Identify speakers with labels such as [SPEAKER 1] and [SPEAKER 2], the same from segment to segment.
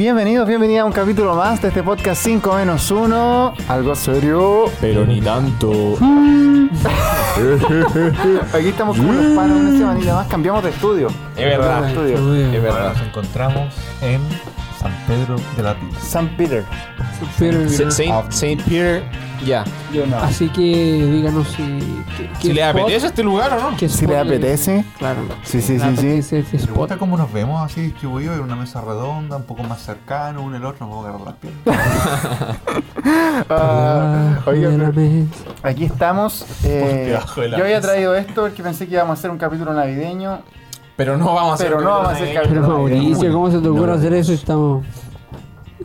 [SPEAKER 1] Bienvenidos, bienvenidos a un capítulo más de este podcast 5 menos 1. Algo serio.
[SPEAKER 2] Pero ni tanto.
[SPEAKER 1] Aquí estamos con los panos una semanita más. Cambiamos de estudio.
[SPEAKER 2] Es verdad.
[SPEAKER 1] Cambiamos de estudio.
[SPEAKER 2] Es verdad.
[SPEAKER 3] Nos encontramos en San Pedro de la Pila.
[SPEAKER 1] San Peter.
[SPEAKER 4] Pero,
[SPEAKER 2] Saint, Saint Peter, ya.
[SPEAKER 1] Yo no.
[SPEAKER 4] así que díganos si, qué- qué
[SPEAKER 2] Si le
[SPEAKER 4] spot-
[SPEAKER 2] apetece este lugar o no.
[SPEAKER 4] qué
[SPEAKER 1] Si
[SPEAKER 4] spot
[SPEAKER 1] le apetece.
[SPEAKER 4] Claro.
[SPEAKER 1] Sí, sí,
[SPEAKER 4] le
[SPEAKER 1] sí, sí.
[SPEAKER 4] apetece ese
[SPEAKER 3] Me
[SPEAKER 4] spot.
[SPEAKER 3] gusta cómo nos vemos así distribuidos en una mesa redonda, un poco más cercano, uno el otro, nos vamos a agarrar las piernas.
[SPEAKER 1] Ah,
[SPEAKER 4] Abajo
[SPEAKER 1] oiga,
[SPEAKER 4] de la
[SPEAKER 1] pero
[SPEAKER 4] mesa.
[SPEAKER 1] aquí estamos. eh,
[SPEAKER 3] debajo de la
[SPEAKER 1] yo había
[SPEAKER 3] mesa.
[SPEAKER 1] traído esto porque pensé que íbamos a hacer un capítulo navideño.
[SPEAKER 2] Pero no vamos a hacer.
[SPEAKER 1] Pero no vamos a hacer capítulo
[SPEAKER 4] Pero Mauricio,
[SPEAKER 1] navideño.
[SPEAKER 4] ¿cómo se te ocurre hacer eso? Estamos.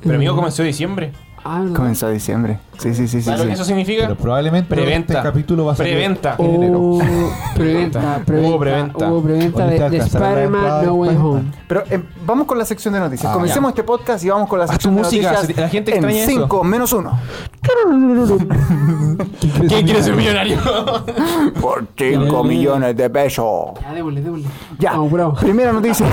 [SPEAKER 2] Pero amigo, comenzó diciembre.
[SPEAKER 4] Ah, no.
[SPEAKER 1] Comenzó diciembre. Sí, sí, sí, sí.
[SPEAKER 2] ¿Sabes lo que
[SPEAKER 1] sí.
[SPEAKER 2] eso significa?
[SPEAKER 3] Pero probablemente
[SPEAKER 2] Preventa.
[SPEAKER 3] este capítulo va a ser.
[SPEAKER 2] Preventa.
[SPEAKER 3] en enero.
[SPEAKER 4] Oh, preventa, preventa,
[SPEAKER 2] Hubo preventa.
[SPEAKER 4] Hubo preventa de,
[SPEAKER 3] Ahorita
[SPEAKER 4] de
[SPEAKER 3] alcanzará la entrada
[SPEAKER 4] Spider-Man
[SPEAKER 3] de
[SPEAKER 4] No Way
[SPEAKER 3] Spider-Man.
[SPEAKER 4] Home.
[SPEAKER 1] Pero eh, vamos con la sección de noticias.
[SPEAKER 3] Ah,
[SPEAKER 1] Comencemos este podcast y vamos con la
[SPEAKER 2] Haz tu
[SPEAKER 1] sección de
[SPEAKER 2] música,
[SPEAKER 1] noticias.
[SPEAKER 2] si la gente extraña
[SPEAKER 1] en
[SPEAKER 2] eso.
[SPEAKER 1] 5 menos 1.
[SPEAKER 2] ¿Quién quiere ser millonario?
[SPEAKER 1] Por 5 millones de pesos.
[SPEAKER 4] Ya, démosle, démosle.
[SPEAKER 1] Ya,
[SPEAKER 2] Oh,
[SPEAKER 4] Vamos, bravo.
[SPEAKER 1] primera noticia.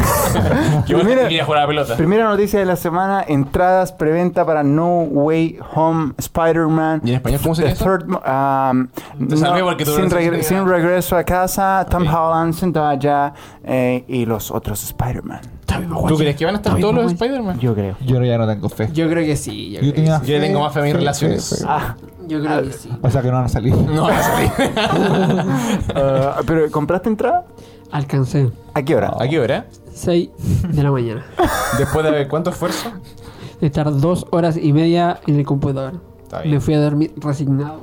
[SPEAKER 2] Que bueno,
[SPEAKER 1] primera,
[SPEAKER 2] mira, jugar a la pelota.
[SPEAKER 1] primera noticia de la semana: entradas preventa para No Way Home Spider-Man.
[SPEAKER 2] ¿Y en español cómo se
[SPEAKER 1] The
[SPEAKER 2] dice eso?
[SPEAKER 1] Third, um, no,
[SPEAKER 2] salvé porque tú
[SPEAKER 1] sin,
[SPEAKER 2] no sabes
[SPEAKER 1] regre-
[SPEAKER 2] nada.
[SPEAKER 1] sin regreso a casa, Tom
[SPEAKER 2] Ok.
[SPEAKER 1] Holland sentado allá eh, y los otros Spider-Man.
[SPEAKER 2] ¿Tú crees que van a estar todos los Spider-Man?
[SPEAKER 1] Yo creo.
[SPEAKER 3] Yo ya no tengo fe.
[SPEAKER 4] Yo creo que sí. Yo,
[SPEAKER 3] Yo
[SPEAKER 4] creo,
[SPEAKER 3] tenía
[SPEAKER 4] que sí.
[SPEAKER 2] Yo le tengo más fe a mis
[SPEAKER 3] Fe, fe,
[SPEAKER 2] relaciones.
[SPEAKER 3] fe.
[SPEAKER 1] Ah,
[SPEAKER 4] Yo creo que sí.
[SPEAKER 3] O sea que no van a salir.
[SPEAKER 2] No, van a salir.
[SPEAKER 1] eh, pero ¿compraste entrada?
[SPEAKER 4] Alcancé.
[SPEAKER 1] ¿A qué hora?
[SPEAKER 2] ¿A qué hora?
[SPEAKER 4] 6 de la mañana.
[SPEAKER 2] Después de haber- cuánto esfuerzo.
[SPEAKER 4] De estar dos horas y media en el computador.
[SPEAKER 2] Está bien.
[SPEAKER 4] Me fui a dormir resignado.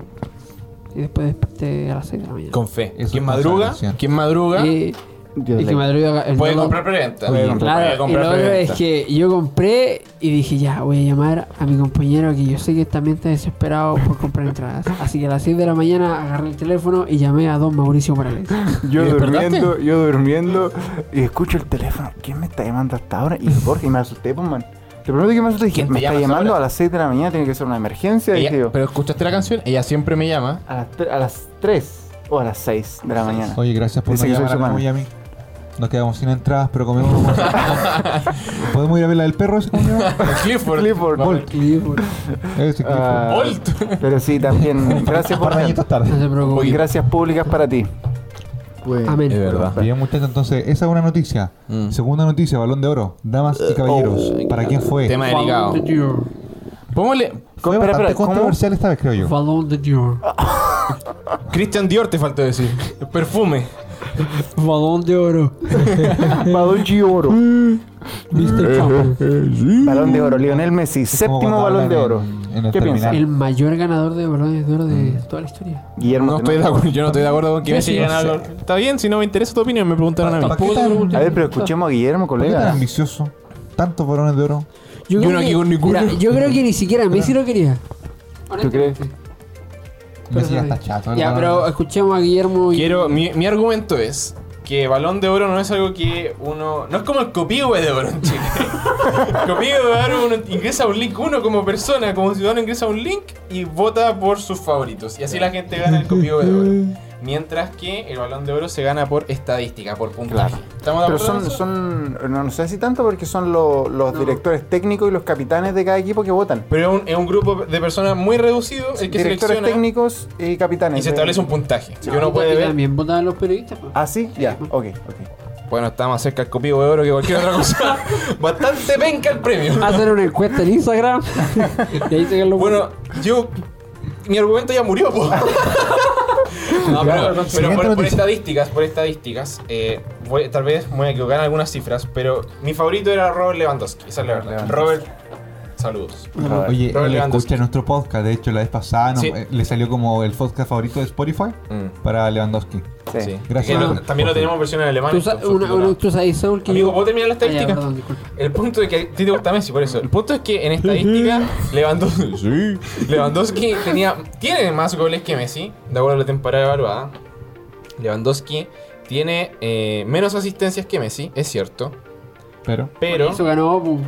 [SPEAKER 4] Y después desperté a las 6 de la mañana.
[SPEAKER 2] Con fe.
[SPEAKER 3] Eso
[SPEAKER 2] ¿Quién
[SPEAKER 3] es
[SPEAKER 2] madruga?
[SPEAKER 3] consagración.
[SPEAKER 2] ¿Quién madruga?
[SPEAKER 4] Y,
[SPEAKER 1] Yo
[SPEAKER 4] y
[SPEAKER 1] le-
[SPEAKER 4] que madruga el
[SPEAKER 2] Puede
[SPEAKER 4] dolor.
[SPEAKER 2] comprar preventa.
[SPEAKER 3] Oye,
[SPEAKER 2] Puede
[SPEAKER 4] Claro, y
[SPEAKER 2] comprar
[SPEAKER 4] lo otro es
[SPEAKER 2] preventa.
[SPEAKER 4] que yo compré y dije ya, voy a llamar a mi compañero que yo sé que también está desesperado por comprar entradas. Así que a las 6 de la mañana agarré el teléfono y llamé a don Mauricio Morales.
[SPEAKER 1] Yo
[SPEAKER 2] ¿Y despertaste?
[SPEAKER 1] durmiendo, yo durmiendo y escucho el teléfono. ¿Quién me está llamando hasta ahora? Y Jorge, y me asusté, pues, man. Te prometo que me asusté. Dije,
[SPEAKER 2] ¿Quién te
[SPEAKER 1] me está
[SPEAKER 2] llama a esa
[SPEAKER 1] llamando
[SPEAKER 2] hora?
[SPEAKER 1] a las 6 de la mañana, tiene que ser una emergencia.
[SPEAKER 2] Ella-
[SPEAKER 1] dije yo.
[SPEAKER 2] pero escuchaste la canción, ella siempre me llama.
[SPEAKER 1] a, las tre- a las 3 o a las 6 de la mañana.
[SPEAKER 3] Oye, gracias por
[SPEAKER 1] Dice que
[SPEAKER 3] no
[SPEAKER 1] soy
[SPEAKER 3] llamar a
[SPEAKER 1] humano.
[SPEAKER 3] Camuy y a mí. Nos quedamos sin entradas, pero comemos. ¿Podemos ir a ver la del perro ese cómo se llama?
[SPEAKER 2] Clifford.
[SPEAKER 1] Clifford.
[SPEAKER 2] Va-
[SPEAKER 3] Bolt.
[SPEAKER 4] Y yo, por-
[SPEAKER 3] Ese que
[SPEAKER 1] Ah,
[SPEAKER 2] Bolt.
[SPEAKER 1] Pero sí, también. Gracias
[SPEAKER 3] Un par
[SPEAKER 1] por
[SPEAKER 3] de añitos
[SPEAKER 4] no
[SPEAKER 3] tarde.
[SPEAKER 4] se preocupe.
[SPEAKER 1] Gracias públicas para ti. Pues,
[SPEAKER 4] Amén.
[SPEAKER 3] Bien, muchachos, entonces, esa es una noticia.
[SPEAKER 2] Mm. Eh, oh,
[SPEAKER 3] Segunda noticia, balón de oro. Damas y caballeros, ¿para quién fue?
[SPEAKER 2] Tema delicado.
[SPEAKER 4] Balón de Dior.
[SPEAKER 2] Póngale.
[SPEAKER 3] Fue
[SPEAKER 1] Espera,
[SPEAKER 3] bastante
[SPEAKER 1] espera, ¿cómo?
[SPEAKER 3] controversial esta vez, creo yo.
[SPEAKER 4] Balón de Dior.
[SPEAKER 2] Christian Dior te faltó decir. Perfume.
[SPEAKER 4] Balón de oro.
[SPEAKER 1] Balón de oro.
[SPEAKER 4] Mr. Chapman.
[SPEAKER 1] Balón de oro. Lionel Messi,
[SPEAKER 3] Es como
[SPEAKER 1] séptimo
[SPEAKER 3] cuando
[SPEAKER 1] balón
[SPEAKER 3] hablan
[SPEAKER 1] de oro.
[SPEAKER 3] En, en el
[SPEAKER 1] ¿Qué
[SPEAKER 3] terminal.
[SPEAKER 4] El mayor ganador de balones de oro de toda la historia.
[SPEAKER 1] Guillermo.
[SPEAKER 2] No estoy de
[SPEAKER 1] Tenorio.
[SPEAKER 2] acuerdo. Yo no estoy de acuerdo con que Messi haya ganado. Está bien, si no me interesa tu opinión, me preguntaron a mí.
[SPEAKER 3] ¿Para qué
[SPEAKER 4] Puta,
[SPEAKER 3] tan-
[SPEAKER 4] pregunta.
[SPEAKER 1] A ver, pero escuchemos a Guillermo,
[SPEAKER 3] por qué tan
[SPEAKER 1] colega.
[SPEAKER 3] ambicioso? Tantos balones de oro.
[SPEAKER 2] Yo
[SPEAKER 4] creo
[SPEAKER 2] no
[SPEAKER 4] que-
[SPEAKER 2] aquí con ninguno.
[SPEAKER 4] mira, yo creo que ni siquiera Messi lo quería.
[SPEAKER 1] ¿Tú crees?
[SPEAKER 3] Messi ya está chato. el
[SPEAKER 4] Ya,
[SPEAKER 3] balón de
[SPEAKER 4] pero
[SPEAKER 3] oro.
[SPEAKER 4] escuchemos a Guillermo y...
[SPEAKER 2] Quiero. Mi, mi argumento es que balón de oro no es algo que uno. No es como el copihue de oro en Chile. El copihue de oro uno ingresa a un link. Uno como persona, como ciudadano, ingresa a un link y vota por sus favoritos. Y así la gente gana el copihue de oro. Mientras que el balón de oro se gana por estadística, por puntaje.
[SPEAKER 1] Claro.
[SPEAKER 2] ¿Estamos de
[SPEAKER 1] Pero
[SPEAKER 2] acuerdo en
[SPEAKER 1] son,
[SPEAKER 2] eso?
[SPEAKER 1] son no, no sé si tanto porque son lo- los directores técnicos y los capitanes de cada equipo que votan.
[SPEAKER 2] Pero es un, es un grupo de personas muy reducido el que
[SPEAKER 1] directores
[SPEAKER 2] selecciona
[SPEAKER 1] técnicos y capitanes.
[SPEAKER 2] y se
[SPEAKER 1] de-
[SPEAKER 2] establece un puntaje. Que
[SPEAKER 4] No,
[SPEAKER 2] uno
[SPEAKER 4] y
[SPEAKER 2] puede ver.
[SPEAKER 4] también votaban los periodistas. pues.
[SPEAKER 1] ¿Ah, sí? Ya, ok, ok.
[SPEAKER 2] Bueno, está más cerca el copivo de oro que cualquier otra cosa. Bastante penca el premio.
[SPEAKER 4] Hacen una encuesta en Instagram. y ahí sacan los
[SPEAKER 2] Bueno, yo. Mi argumento ya murió, po. No, pero, pero
[SPEAKER 3] Siguiente
[SPEAKER 2] por, por
[SPEAKER 3] noticia.
[SPEAKER 2] estadísticas, por estadísticas, eh, voy- tal vez me voy a equivocar en algunas cifras, pero mi favorito era Robert Lewandowski, esa es la verdad. Robert, saludos.
[SPEAKER 3] Oye,
[SPEAKER 2] Robert
[SPEAKER 3] él
[SPEAKER 2] Lewandowski.
[SPEAKER 3] escucha nuestro podcast. De hecho, la vez pasada nos-
[SPEAKER 2] Sí.
[SPEAKER 3] eh, le salió como el podcast favorito de Spotify para Lewandowski.
[SPEAKER 1] Sí.
[SPEAKER 2] Sí.
[SPEAKER 3] Gracias.
[SPEAKER 2] Que lo- también lo tenemos en versión en alemán.
[SPEAKER 4] Tú, sa-
[SPEAKER 2] esto,
[SPEAKER 4] una, una-
[SPEAKER 2] subtitulado.
[SPEAKER 4] tú sabes, Saúl, que
[SPEAKER 2] Amigo,
[SPEAKER 4] yo...
[SPEAKER 2] ¿puedo terminar la
[SPEAKER 4] Ah, ya,
[SPEAKER 2] estadística?
[SPEAKER 4] perdón, disculpa.
[SPEAKER 2] El punto de que a ti te gusta Messi, por eso. El punto es que en estadística, Lewandowski, sí, Lewandowski tenía, tiene más goles que Messi, de acuerdo a la temporada evaluada. Lewandowski tiene eh, menos asistencias que Messi, es cierto.
[SPEAKER 3] Pero.
[SPEAKER 2] Pero,
[SPEAKER 4] Eso ganó, pum.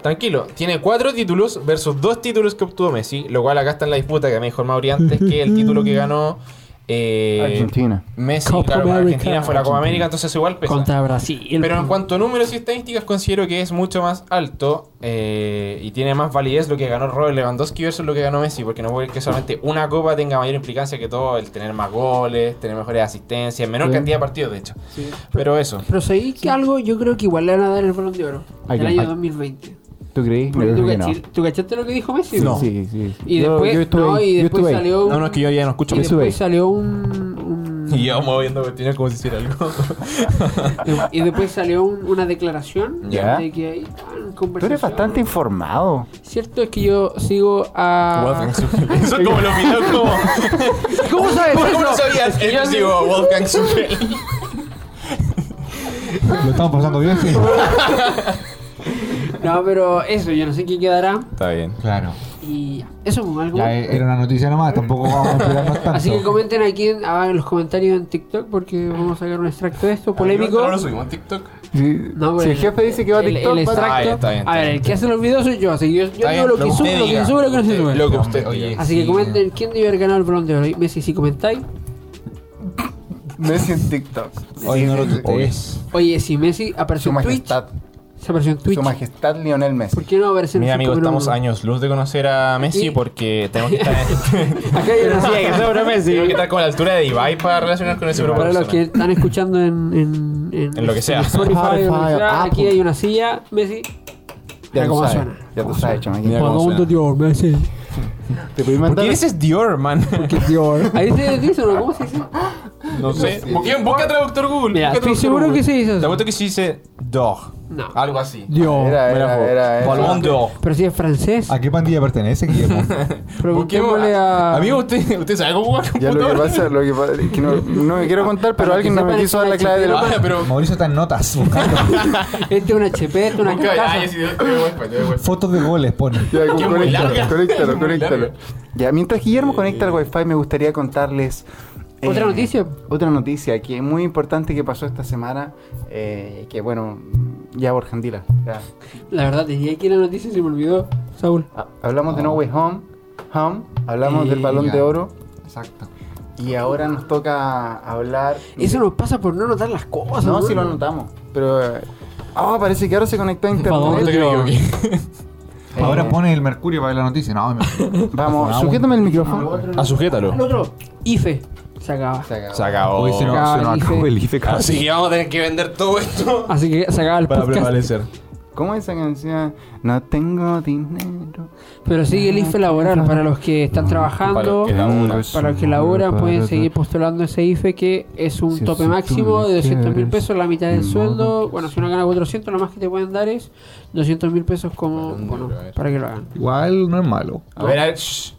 [SPEAKER 2] tranquilo, tiene cuatro títulos versus dos títulos que obtuvo Messi, lo cual acá está en la disputa que me dijo el Mauri antes, que el título que ganó eh,
[SPEAKER 1] Argentina.
[SPEAKER 2] Messi,
[SPEAKER 4] Copa
[SPEAKER 2] claro,
[SPEAKER 4] América.
[SPEAKER 2] Argentina fue la Copa América, entonces igual pesa.
[SPEAKER 4] Contra Brasil.
[SPEAKER 2] Pero en
[SPEAKER 4] po.
[SPEAKER 2] cuanto a números y estadísticas, considero que es mucho más alto eh, y tiene más validez lo que ganó Robert Lewandowski versus lo que ganó Messi, porque no puede que solamente una copa tenga mayor implicancia que todo el tener más goles, tener mejores asistencias, menor
[SPEAKER 1] Sí.
[SPEAKER 2] cantidad de partidos, de hecho. Pero eso.
[SPEAKER 4] Pero seguí que algo, yo creo que igual le van a dar el balón de oro.
[SPEAKER 1] ¿A
[SPEAKER 4] el
[SPEAKER 1] quién?
[SPEAKER 4] año
[SPEAKER 1] ¿A-
[SPEAKER 4] 2020.
[SPEAKER 1] ¿Tú creí?
[SPEAKER 4] Porque
[SPEAKER 1] Yo
[SPEAKER 4] ¿Tú,
[SPEAKER 1] creo que no.
[SPEAKER 4] cachi- ¿Tú cachaste lo que dijo Messi?
[SPEAKER 3] No.
[SPEAKER 1] Sí, sí.
[SPEAKER 4] Y
[SPEAKER 1] Yo-
[SPEAKER 4] después,
[SPEAKER 1] yo estuve
[SPEAKER 4] no,
[SPEAKER 1] ahí,
[SPEAKER 4] y
[SPEAKER 1] yo
[SPEAKER 4] después
[SPEAKER 1] estuve ahí.
[SPEAKER 4] salió. un-
[SPEAKER 2] No, no, es que yo ya no escucho
[SPEAKER 4] y
[SPEAKER 1] me
[SPEAKER 2] Messi.
[SPEAKER 1] sube.
[SPEAKER 4] después salió un. un-
[SPEAKER 2] Y yo moviendo cuestiones como si hiciera algo.
[SPEAKER 4] y después salió un- una declaración
[SPEAKER 1] Ya.
[SPEAKER 4] de que hay
[SPEAKER 1] Tú eres bastante informado.
[SPEAKER 4] Cierto es que yo sigo a.
[SPEAKER 2] Wolfgang Zucker. Eso es como lo miró como.
[SPEAKER 4] ¿Cómo sabes
[SPEAKER 2] ¿Cómo
[SPEAKER 4] eso?
[SPEAKER 2] no sabías?
[SPEAKER 4] Es que
[SPEAKER 2] Él
[SPEAKER 4] yo
[SPEAKER 2] digo, Wolfgang Zucker.
[SPEAKER 3] Lo estamos pasando bien, sí.
[SPEAKER 4] No, pero eso, yo no sé qué quedará.
[SPEAKER 2] Está bien.
[SPEAKER 3] Claro.
[SPEAKER 4] Y ya. eso es algo.
[SPEAKER 3] Ya eh, era una noticia nomás, tampoco vamos a esperarnos tanto.
[SPEAKER 4] Así que comenten aquí en, abajo en los comentarios en TikTok porque vamos a sacar un extracto de esto polémico.
[SPEAKER 2] ¿No lo subimos en TikTok?
[SPEAKER 1] Sí.
[SPEAKER 4] No,
[SPEAKER 1] si
[SPEAKER 4] pero
[SPEAKER 1] el jefe dice que va a
[SPEAKER 4] el-
[SPEAKER 1] TikTok,
[SPEAKER 4] el
[SPEAKER 1] va a-
[SPEAKER 4] extracto-
[SPEAKER 2] Ah, está bien, está
[SPEAKER 4] a ver, el
[SPEAKER 2] bien.
[SPEAKER 4] que hace los videos soy yo, así que yo, yo
[SPEAKER 2] Está
[SPEAKER 4] digo
[SPEAKER 2] bien,
[SPEAKER 4] lo que
[SPEAKER 2] usted
[SPEAKER 4] subo, lo que
[SPEAKER 2] diga.
[SPEAKER 4] subo, lo que no se
[SPEAKER 2] Usted-
[SPEAKER 4] sube.
[SPEAKER 2] Lo que
[SPEAKER 3] Hombre,
[SPEAKER 2] usted
[SPEAKER 3] oye.
[SPEAKER 2] diga.
[SPEAKER 4] Así que
[SPEAKER 3] sí.
[SPEAKER 4] comenten quién debió haber ganado el balón de oro. Y Messi, si comentáis.
[SPEAKER 1] Messi en TikTok.
[SPEAKER 3] Hoy no lo
[SPEAKER 1] Oye,
[SPEAKER 3] tutees.
[SPEAKER 4] Oye, si Messi apareció
[SPEAKER 1] Su
[SPEAKER 4] en Twitch,
[SPEAKER 1] majestad.
[SPEAKER 4] se apareció en Twitch.
[SPEAKER 1] Su majestad Lionel Messi.
[SPEAKER 4] ¿Por qué no aparecer en
[SPEAKER 2] Mira, amigos,
[SPEAKER 4] Superman?
[SPEAKER 2] estamos años luz de conocer a Messi
[SPEAKER 4] Y-
[SPEAKER 2] porque tenemos que estar,
[SPEAKER 4] Acá hay una silla que sobra Messi.
[SPEAKER 2] tenemos que estar con la altura de Ibai para relacionarnos con ese grupo.
[SPEAKER 4] Para
[SPEAKER 2] de
[SPEAKER 4] los que
[SPEAKER 2] personas.
[SPEAKER 4] están escuchando en, en, en,
[SPEAKER 2] En lo que sea.
[SPEAKER 4] Spotify, en lo que
[SPEAKER 1] Spotify,
[SPEAKER 4] sea, aquí
[SPEAKER 1] Apple.
[SPEAKER 4] hay una silla, Messi.
[SPEAKER 1] Ya
[SPEAKER 4] Mira
[SPEAKER 1] tú
[SPEAKER 4] cómo
[SPEAKER 1] sabes.
[SPEAKER 4] suena.
[SPEAKER 1] Ya tú sabes,
[SPEAKER 2] Mira
[SPEAKER 1] chamaquito.
[SPEAKER 2] cómo suena.
[SPEAKER 4] Dior, Messi.
[SPEAKER 1] Te voy a
[SPEAKER 2] ¿Por
[SPEAKER 1] mandar.
[SPEAKER 2] qué dices Dior, man?
[SPEAKER 4] Ahí se dice, ¿no? ¿Cómo se dice?
[SPEAKER 2] Ah, No sé. Busca, busca traductor Google.
[SPEAKER 4] Mira,
[SPEAKER 2] busca
[SPEAKER 4] estoy
[SPEAKER 2] traductor
[SPEAKER 4] seguro
[SPEAKER 2] Google.
[SPEAKER 4] que se dice
[SPEAKER 2] Te Ah.
[SPEAKER 4] eso.
[SPEAKER 2] apuesto que se dice Dog.
[SPEAKER 4] No.
[SPEAKER 2] Algo así.
[SPEAKER 4] Dior.
[SPEAKER 1] Era, era, era. era.
[SPEAKER 2] Balón Dog.
[SPEAKER 4] Pero si es francés,
[SPEAKER 2] Ah,
[SPEAKER 3] ¿A qué pandilla pertenece, Guillermo?
[SPEAKER 4] preguntémosle a...
[SPEAKER 2] Amigo, ¿usted, usted sabe cómo jugar
[SPEAKER 1] Ya lo que
[SPEAKER 2] computador?
[SPEAKER 1] pasa, lo que pasa es que no, no me quiero contar, pero
[SPEAKER 4] Para
[SPEAKER 1] alguien
[SPEAKER 4] que
[SPEAKER 1] no me
[SPEAKER 4] sepan,
[SPEAKER 1] quiso dar la clave de la.
[SPEAKER 2] Ah, pero...
[SPEAKER 3] Mauricio está en notas buscando
[SPEAKER 4] Este es un HP, este es una
[SPEAKER 2] Busca... Ah,
[SPEAKER 4] caja.
[SPEAKER 2] ya sí, te doy wifi, te doy wifi.
[SPEAKER 3] fotos de goles, pone.
[SPEAKER 1] Ya,
[SPEAKER 2] muy larga.
[SPEAKER 1] conéctalo,
[SPEAKER 2] Es muy
[SPEAKER 1] conéctalo, conéctalo.
[SPEAKER 2] larga. Eh.
[SPEAKER 1] Ya, mientras Guillermo conecta el wifi, me gustaría contarles. eh,
[SPEAKER 4] ¿Otra noticia?
[SPEAKER 1] Otra noticia que es muy importante que pasó esta semana. eh, que bueno, ya Borjandila. ya.
[SPEAKER 4] La verdad, tenía aquí la noticia y se me olvidó, Saúl.
[SPEAKER 1] Ha- Ah, Hablamos de No Way Home, Home hablamos
[SPEAKER 3] Y
[SPEAKER 1] del balón
[SPEAKER 3] ya.
[SPEAKER 1] de oro.
[SPEAKER 3] Exacto.
[SPEAKER 1] Y ahora nos toca hablar.
[SPEAKER 4] Eso nos pasa por no notar las
[SPEAKER 1] No,
[SPEAKER 4] cosas.
[SPEAKER 1] si
[SPEAKER 4] weón.
[SPEAKER 1] lo anotamos. Pero. eh, Ah, parece que ahora se conectó a internet.
[SPEAKER 4] dónde?
[SPEAKER 2] Puta que me equivoqué.
[SPEAKER 1] Eh,
[SPEAKER 3] Ahora pone el mercurio para ver la noticia. No, me-
[SPEAKER 1] Vamos,
[SPEAKER 3] Vamos.
[SPEAKER 1] sujétame el micrófono.
[SPEAKER 2] Ah, sujétalo.
[SPEAKER 4] El otro, IFE, se acaba.
[SPEAKER 1] Se acabó.
[SPEAKER 2] Se acabó.
[SPEAKER 3] Hoy se nos
[SPEAKER 4] Acaba
[SPEAKER 3] se nos
[SPEAKER 4] el IFE.
[SPEAKER 3] acabó el IFE
[SPEAKER 2] Así
[SPEAKER 3] casi.
[SPEAKER 2] Ah, que vamos a tener que vender todo esto
[SPEAKER 4] Así que se acaba el
[SPEAKER 2] para
[SPEAKER 4] podcast.
[SPEAKER 2] prevalecer.
[SPEAKER 1] ¿Cómo es esa canción? No tengo dinero.
[SPEAKER 4] Pero sigue el IFE laboral para los que están trabajando.
[SPEAKER 2] Para los Laburan.
[SPEAKER 4] Para los que laboran pueden seguir postulando ese IFE que es un
[SPEAKER 3] Si
[SPEAKER 4] tope
[SPEAKER 3] tú
[SPEAKER 4] máximo
[SPEAKER 3] me
[SPEAKER 4] de 200 mil
[SPEAKER 3] quieres,
[SPEAKER 4] pesos, la mitad del
[SPEAKER 3] ni
[SPEAKER 4] sueldo.
[SPEAKER 3] modo.
[SPEAKER 4] Bueno, si uno gana 400, lo más que te pueden dar es 200 mil pesos como bueno,
[SPEAKER 2] a ver.
[SPEAKER 4] para que lo hagan.
[SPEAKER 3] Igual no es malo.
[SPEAKER 2] A ver, a ver. shh.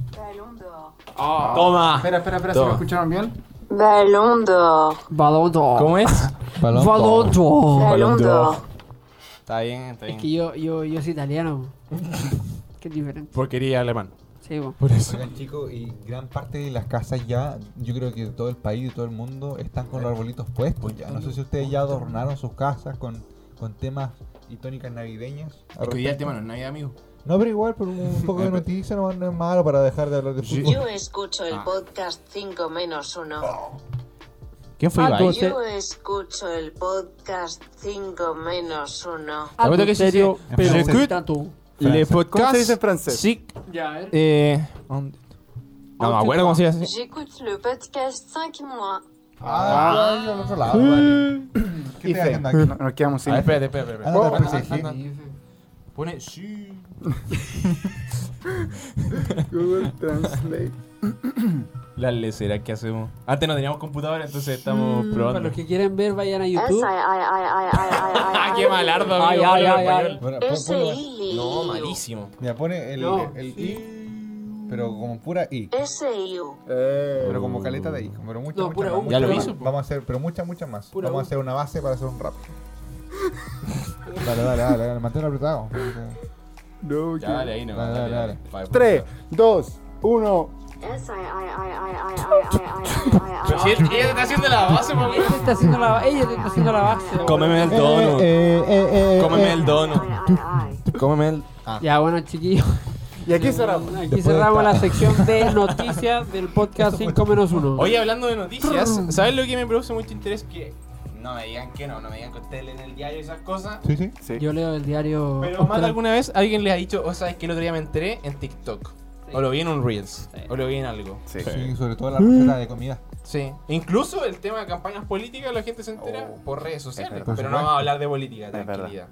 [SPEAKER 1] Toma. Espera, espera, espera, ¿se
[SPEAKER 2] Toma.
[SPEAKER 1] lo escucharon bien?
[SPEAKER 5] Balundo.
[SPEAKER 4] Balonto.
[SPEAKER 2] ¿Cómo es?
[SPEAKER 3] Balón.
[SPEAKER 4] Balonto.
[SPEAKER 5] Balundo.
[SPEAKER 2] Está bien, está
[SPEAKER 4] Es que yo, yo, yo soy italiano. Qué diferente.
[SPEAKER 2] Porquería alemán.
[SPEAKER 4] Sí, bueno.
[SPEAKER 3] Pues
[SPEAKER 2] Por eso.
[SPEAKER 3] Oigan, chicos, y gran parte de las casas ya, yo creo que de todo el país, de todo el mundo, están con los arbolitos puestos ya. No sé si ustedes ya adornaron sus casas con, con temas y tónicas navideñas. al
[SPEAKER 2] Es que hoy día el
[SPEAKER 3] respecto.
[SPEAKER 2] tema no es Navidad, amigo.
[SPEAKER 3] No, pero igual, por un poco de noticia no, no es malo para dejar de hablar de
[SPEAKER 2] Sí.
[SPEAKER 3] fútbol.
[SPEAKER 5] Yo escucho el podcast 5 menos
[SPEAKER 2] Ah,
[SPEAKER 5] 1.
[SPEAKER 2] ¿Quién fue
[SPEAKER 4] Ah,
[SPEAKER 2] Ibai?
[SPEAKER 4] tú-
[SPEAKER 5] Yo escucho el podcast 5 menos 1.
[SPEAKER 2] Adulterio,
[SPEAKER 4] Adulterio, pero
[SPEAKER 3] francés.
[SPEAKER 4] sin tanto.
[SPEAKER 2] Le podcast.
[SPEAKER 1] ¿Cómo se dice en francés?
[SPEAKER 2] Sí.
[SPEAKER 4] Ya, a ver.
[SPEAKER 2] Eh. on- No me acuerdo cómo se dice.
[SPEAKER 5] J'écoute le podcast 5 mois.
[SPEAKER 3] Ah, al otro lado, vale. ¿Qué
[SPEAKER 1] Ife.
[SPEAKER 3] te haciendo aquí?
[SPEAKER 1] No, Nos quedamos
[SPEAKER 2] A
[SPEAKER 1] sin.
[SPEAKER 2] ver, Ah, espérate, espérate, espérate.
[SPEAKER 1] Oh,
[SPEAKER 3] Anda, PSG.
[SPEAKER 2] Pone sí.
[SPEAKER 1] Google Translate.
[SPEAKER 2] La lecera que hacemos. Antes no teníamos computadora, entonces estamos
[SPEAKER 4] Mm, Para
[SPEAKER 2] probando.
[SPEAKER 4] los que quieren ver, vayan a
[SPEAKER 5] S
[SPEAKER 4] YouTube.
[SPEAKER 5] ay ay ay ay ay
[SPEAKER 2] Ah,
[SPEAKER 5] ay
[SPEAKER 2] qué malardo, amigo.
[SPEAKER 4] Ay, ay,
[SPEAKER 2] ponlo en
[SPEAKER 4] ay, ay.
[SPEAKER 2] español.
[SPEAKER 3] Bueno, pon-
[SPEAKER 5] S
[SPEAKER 3] ponlo-
[SPEAKER 5] I
[SPEAKER 2] No, malísimo.
[SPEAKER 3] Mira, pone el,
[SPEAKER 4] No.
[SPEAKER 3] el I, pero como pura I.
[SPEAKER 5] S I U.
[SPEAKER 3] Pero como caleta de I, pero mucha,
[SPEAKER 4] No,
[SPEAKER 3] mucha
[SPEAKER 4] pura
[SPEAKER 3] más,
[SPEAKER 4] U.
[SPEAKER 3] mucha
[SPEAKER 2] Ya lo
[SPEAKER 3] más.
[SPEAKER 2] hizo, po.
[SPEAKER 3] Vamos a hacer, pero mucha, mucha más.
[SPEAKER 4] Pura
[SPEAKER 3] Vamos
[SPEAKER 4] U.
[SPEAKER 3] a hacer una base para hacer un rap. dale, dale, dale, dale, manténlo apretado.
[SPEAKER 1] No,
[SPEAKER 2] Ya, dale, ahí no.
[SPEAKER 3] Dale, dale, dale.
[SPEAKER 2] Vale,
[SPEAKER 1] 3, 2, 1.
[SPEAKER 5] S I ay ay ay ay ay ay
[SPEAKER 2] Pero si él- ella te está haciendo la base, por favor.
[SPEAKER 4] Está haciendo la- ella te está haciendo la base.
[SPEAKER 2] Cómeme el dono. Cómeme el dono.
[SPEAKER 5] ay ay ay
[SPEAKER 2] Cómeme el.
[SPEAKER 4] Ya, bueno, chiquillos.
[SPEAKER 1] Y aquí cerramos.
[SPEAKER 4] Aquí
[SPEAKER 3] Después de
[SPEAKER 4] cerramos
[SPEAKER 3] esta-
[SPEAKER 4] la sección de noticias del podcast 5 menos 1.
[SPEAKER 2] Oye, hablando de noticias, ¿sabes lo que me produce mucho interés? Que no me digan que no, no me digan que ustedes leen el diario y esas cosas.
[SPEAKER 3] Sí, sí.
[SPEAKER 1] Sí.
[SPEAKER 4] Yo leo el diario.
[SPEAKER 2] Pero más de alguna vez alguien les ha dicho, o sabes que el otro día me enteré en TikTok. O lo vi en un Reels.
[SPEAKER 4] Sí.
[SPEAKER 2] O lo vi en algo.
[SPEAKER 1] Sí.
[SPEAKER 3] Sí, sobre todo la receta de comida.
[SPEAKER 2] Sí. Incluso el tema de campañas políticas, la gente se entera
[SPEAKER 1] Oh.
[SPEAKER 2] por redes sociales.
[SPEAKER 1] verdad.
[SPEAKER 2] Pero no vamos a hablar de política,
[SPEAKER 1] verdad.
[SPEAKER 2] tranquilidad.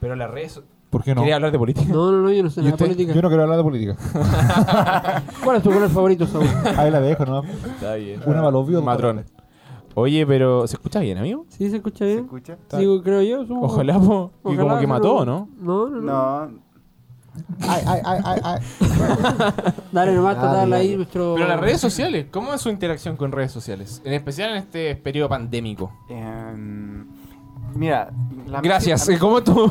[SPEAKER 2] Pero las redes so-
[SPEAKER 3] ¿Por qué no?
[SPEAKER 2] Quería hablar de política.
[SPEAKER 4] No, no, no, yo no sé
[SPEAKER 3] ¿Y
[SPEAKER 4] nada de
[SPEAKER 3] usted?
[SPEAKER 4] política.
[SPEAKER 3] Yo no quiero hablar de política.
[SPEAKER 4] ¿Cuál es tu color favorito, Saúl?
[SPEAKER 3] Ahí la dejo, ¿no?
[SPEAKER 2] Está bien.
[SPEAKER 3] Una para los vivos, otra para
[SPEAKER 2] Matrón. Oye, pero ¿se escucha bien, amigo?
[SPEAKER 4] ¿Sí se escucha
[SPEAKER 1] ¿Se
[SPEAKER 4] bien?
[SPEAKER 1] escucha?
[SPEAKER 4] Sí, creo yo. supongo.
[SPEAKER 2] Ojalá, po. Y
[SPEAKER 4] Ojalá,
[SPEAKER 2] como que
[SPEAKER 4] pero-
[SPEAKER 2] mató, ¿no?
[SPEAKER 4] No, no, no.
[SPEAKER 1] No.
[SPEAKER 3] los- Ay, ay, ay, ay, ay.
[SPEAKER 4] Dale nomás,
[SPEAKER 3] Dale,
[SPEAKER 4] total, ahí
[SPEAKER 3] dale.
[SPEAKER 4] nuestro.
[SPEAKER 2] Pero las redes sociales, ¿cómo es su interacción con redes sociales? En especial en este periodo pandémico.
[SPEAKER 1] em, mira. la-
[SPEAKER 2] Gracias, ¿cómo tú?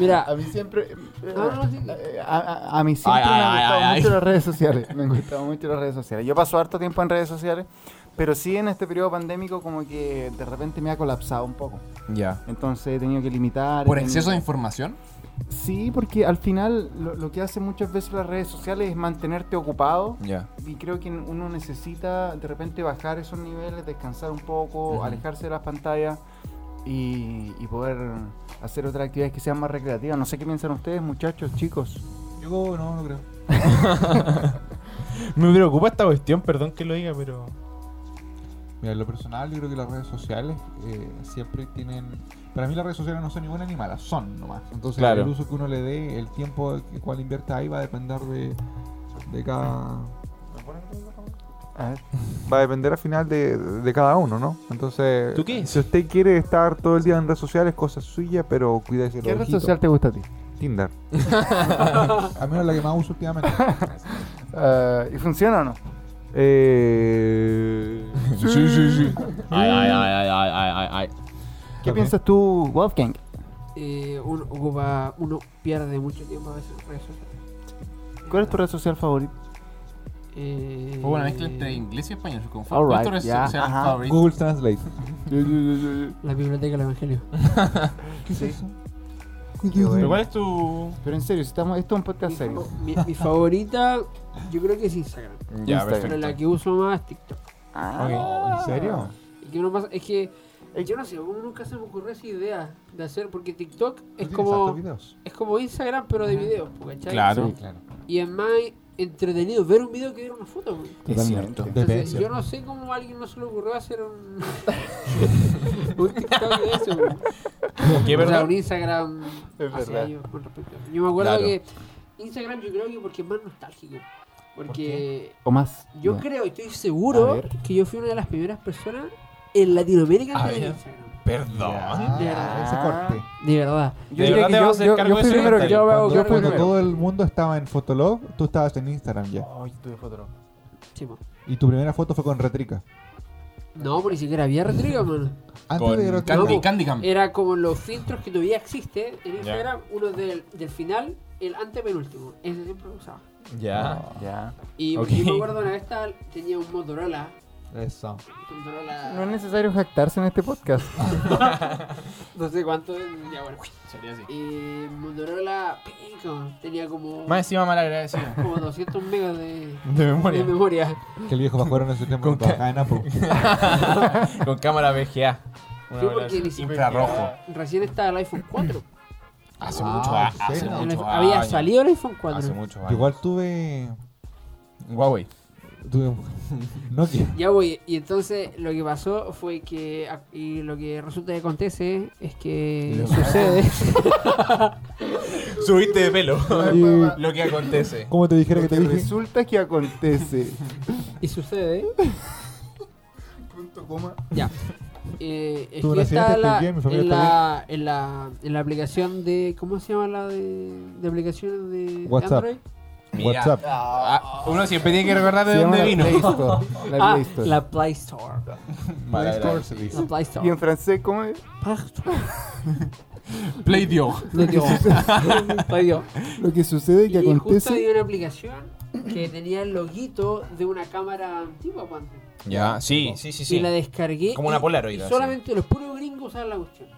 [SPEAKER 4] Mira,
[SPEAKER 1] A mí siempre. eh, ah,
[SPEAKER 4] No, no, sí.
[SPEAKER 1] A, a- a mí siempre
[SPEAKER 2] Ay,
[SPEAKER 1] me
[SPEAKER 2] ay,
[SPEAKER 1] han gustado
[SPEAKER 2] ay, ay,
[SPEAKER 1] mucho
[SPEAKER 2] ay.
[SPEAKER 1] las redes sociales. Me han gustado mucho las redes sociales. Yo paso harto tiempo en redes sociales, pero sí en este periodo pandémico, como que de repente me ha colapsado un poco.
[SPEAKER 2] Ya.
[SPEAKER 1] Entonces he tenido que limitar.
[SPEAKER 2] ¿Por
[SPEAKER 1] he tenido-
[SPEAKER 2] exceso de información?
[SPEAKER 1] Sí, porque al final lo, lo que hacen muchas veces las redes sociales es mantenerte ocupado.
[SPEAKER 2] Ya.
[SPEAKER 1] Y creo que uno necesita de repente bajar esos niveles, descansar un poco,
[SPEAKER 2] Ujú.
[SPEAKER 1] alejarse de las pantallas y, y poder hacer otras actividades que sean más recreativas. No sé qué piensan ustedes, muchachos, chicos.
[SPEAKER 3] Yo no, no creo.
[SPEAKER 2] Me preocupa esta cuestión, perdón que lo diga, pero.
[SPEAKER 3] Mira, en lo personal, yo creo que las redes sociales eh, siempre tienen. Para mí, las redes sociales no son ni buenas ni malas, son nomás. Entonces,
[SPEAKER 2] Claro.
[SPEAKER 3] el uso que uno le dé, el tiempo que cual invierta ahí va a depender de, de cada.
[SPEAKER 1] A ver.
[SPEAKER 3] Va a depender al final de, de cada uno, ¿no? Entonces.
[SPEAKER 2] ¿Tú qué?
[SPEAKER 3] Si usted quiere estar todo el día en redes sociales, cosas suyas, pero cuídese los
[SPEAKER 1] ¿Qué red
[SPEAKER 3] ojitos.
[SPEAKER 1] social te gusta a ti?
[SPEAKER 3] Tinder. a menos la que más uso últimamente.
[SPEAKER 2] Ah,
[SPEAKER 1] Eh, ¿Y funciona o no?
[SPEAKER 3] Eh...
[SPEAKER 2] Sí, sí, sí. Ay, ay, ay, ay, ay, ay, ay.
[SPEAKER 1] ¿Qué
[SPEAKER 3] Ok.
[SPEAKER 1] piensas tú, Wolfgang?
[SPEAKER 4] eh, uno, ocupa- uno pierde mucho tiempo a veces en redes sociales.
[SPEAKER 1] ¿Cuál es tu red social favorita?
[SPEAKER 4] Eh,
[SPEAKER 2] Fue una mezcla entre inglés y español. Con
[SPEAKER 1] All right,
[SPEAKER 2] ¿Cuántos
[SPEAKER 1] ya,
[SPEAKER 2] redes sociales
[SPEAKER 1] ajá.
[SPEAKER 2] favoritos?
[SPEAKER 3] Google Translate.
[SPEAKER 4] La biblioteca del Evangelio.
[SPEAKER 3] ¿Qué es eso?
[SPEAKER 1] Qué bueno.
[SPEAKER 2] ¿Pero cuál es tu.?
[SPEAKER 1] Pero en serio, si estamos, esto es un podcast
[SPEAKER 4] Mi,
[SPEAKER 1] serio.
[SPEAKER 4] mi- mi favorita, yo creo que es Instagram.
[SPEAKER 1] Ya,
[SPEAKER 4] Pero la que uso más es TikTok.
[SPEAKER 1] Ah,
[SPEAKER 3] Oh, ¿En serio?
[SPEAKER 4] Y que uno pasa- es que yo no sé, uno nunca se me ocurrió esa idea de hacer, porque TikTok es
[SPEAKER 3] ¿Tú tienes hartos
[SPEAKER 4] como,
[SPEAKER 3] videos?
[SPEAKER 4] es como Instagram, pero de videos, po, ¿cachai?
[SPEAKER 2] Claro.
[SPEAKER 3] Sí, claro.
[SPEAKER 4] Y es más entretenido ver un video que ver una foto. po.
[SPEAKER 1] Ah.
[SPEAKER 2] Es cierto.
[SPEAKER 4] Entonces, yo no sé cómo a alguien no se le ocurrió hacer un, un TikTok de eso. pues. po.
[SPEAKER 2] ¿Qué,
[SPEAKER 4] O sea,
[SPEAKER 2] perdón?
[SPEAKER 4] un Instagram
[SPEAKER 1] Es
[SPEAKER 4] hace
[SPEAKER 1] verdad.
[SPEAKER 4] años con respecto a eso. Yo me acuerdo
[SPEAKER 2] Claro.
[SPEAKER 4] que Instagram yo creo que porque es más nostálgico. Porque
[SPEAKER 1] ¿O más?
[SPEAKER 4] yo
[SPEAKER 1] Ya.
[SPEAKER 4] creo, y estoy
[SPEAKER 1] A
[SPEAKER 4] seguro
[SPEAKER 1] ver.
[SPEAKER 4] que yo fui una de las primeras personas en Latinoamérica
[SPEAKER 2] A
[SPEAKER 4] que tenía
[SPEAKER 2] ver.
[SPEAKER 4] Instagram.
[SPEAKER 2] Perdón.
[SPEAKER 4] De
[SPEAKER 3] Ah,
[SPEAKER 4] verdad.
[SPEAKER 3] ese corte.
[SPEAKER 4] De verdad.
[SPEAKER 2] ¿De verdad te vas a hacer cargo
[SPEAKER 1] fui
[SPEAKER 2] de ese
[SPEAKER 1] primero que-
[SPEAKER 2] comentario?
[SPEAKER 1] yo veo
[SPEAKER 3] Cuando,
[SPEAKER 1] que
[SPEAKER 4] creo
[SPEAKER 1] fui
[SPEAKER 3] cuando
[SPEAKER 1] primero.
[SPEAKER 3] todo el mundo estaba en Fotolog, tú estabas en Instagram ya.
[SPEAKER 1] Ay, estuve fotolog.
[SPEAKER 4] Sí, po.
[SPEAKER 3] Y tu primera foto fue con Retrica.
[SPEAKER 4] No, porque ni siquiera había retriga, mano.
[SPEAKER 3] Antes de
[SPEAKER 2] Con
[SPEAKER 3] Retrica.
[SPEAKER 2] Candy,
[SPEAKER 4] Candy,
[SPEAKER 2] Candy
[SPEAKER 4] Era como los filtros que todavía existe en Instagram, uno del, del final, el antepenúltimo. Ese siempre lo usaba.
[SPEAKER 2] Ya.
[SPEAKER 1] Ya.
[SPEAKER 4] Y
[SPEAKER 2] Ok.
[SPEAKER 4] yo me acuerdo una vez tal, tenía un Motorola.
[SPEAKER 3] Eso.
[SPEAKER 4] un Motorola
[SPEAKER 1] No es necesario jactarse en este podcast.
[SPEAKER 4] no sé cuánto, ya bueno.
[SPEAKER 2] Sería así.
[SPEAKER 4] Eh, Motorola pico, tenía como,
[SPEAKER 2] Más encima mal agradecido.
[SPEAKER 4] como 200 megas de,
[SPEAKER 2] De
[SPEAKER 4] de
[SPEAKER 2] memoria.
[SPEAKER 4] memoria.
[SPEAKER 3] Que el viejo bajaron en su tiempo
[SPEAKER 2] Con
[SPEAKER 3] con trabajaba en Apple.
[SPEAKER 2] Con cámara VGA. Una
[SPEAKER 4] Sí,
[SPEAKER 2] bola
[SPEAKER 4] porque
[SPEAKER 2] así,
[SPEAKER 4] ni siquiera-
[SPEAKER 2] Infrarrojo.
[SPEAKER 4] Recién estaba el iPhone 4.
[SPEAKER 2] Hace
[SPEAKER 3] Ah,
[SPEAKER 2] mucho,
[SPEAKER 3] ¿en
[SPEAKER 2] a- hace
[SPEAKER 3] serio?
[SPEAKER 2] mucho.
[SPEAKER 4] Había
[SPEAKER 2] año.
[SPEAKER 4] salido el iPhone 4.
[SPEAKER 2] Hace mucho.
[SPEAKER 3] Yo
[SPEAKER 2] año.
[SPEAKER 3] Igual tuve.
[SPEAKER 2] Huawei.
[SPEAKER 3] Tuve. Nokia.
[SPEAKER 4] Ya voy, y entonces lo que pasó fue que, a- y lo que resulta que acontece es que sucede,
[SPEAKER 2] Subiste de pelo.
[SPEAKER 3] Y-
[SPEAKER 2] Lo que acontece.
[SPEAKER 3] ¿Cómo te dijera que te dije?
[SPEAKER 1] Resulta que acontece.
[SPEAKER 4] y sucede,
[SPEAKER 1] Punto, coma.
[SPEAKER 4] ya. Eh, es
[SPEAKER 3] Tuve un
[SPEAKER 4] que
[SPEAKER 3] accidente,
[SPEAKER 4] está
[SPEAKER 3] estoy
[SPEAKER 4] la-
[SPEAKER 3] bien, mi familia
[SPEAKER 4] en,
[SPEAKER 3] está
[SPEAKER 4] la, en, la, en la aplicación de, ¿cómo se llama la de, de aplicaciones de
[SPEAKER 3] WhatsApp.
[SPEAKER 4] Android?
[SPEAKER 2] Mira.
[SPEAKER 3] WhatsApp.
[SPEAKER 2] Ah, uno siempre tiene que recordar de
[SPEAKER 1] Se llama
[SPEAKER 2] dónde
[SPEAKER 1] la
[SPEAKER 2] vino.
[SPEAKER 1] Play Store. La
[SPEAKER 4] ah,
[SPEAKER 1] Play Store.
[SPEAKER 4] la Play Store.
[SPEAKER 3] Play
[SPEAKER 2] Mala
[SPEAKER 3] Store
[SPEAKER 2] idea.
[SPEAKER 3] se dice.
[SPEAKER 4] La Play
[SPEAKER 1] ¿Y en
[SPEAKER 4] Store.
[SPEAKER 1] francés cómo es?
[SPEAKER 2] Play Dio.
[SPEAKER 4] Play Store. Play Store.
[SPEAKER 1] Lo que sucede es que
[SPEAKER 4] Y justo
[SPEAKER 1] acontece.
[SPEAKER 4] había una aplicación que tenía el loguito de una cámara antigua, Juan.
[SPEAKER 2] Ya, sí, sí, sí.
[SPEAKER 4] Y la descargué.
[SPEAKER 2] Como una
[SPEAKER 4] y-
[SPEAKER 2] Polaroid,
[SPEAKER 4] y
[SPEAKER 2] así.
[SPEAKER 4] solamente los puros gringos usaban la cuestión.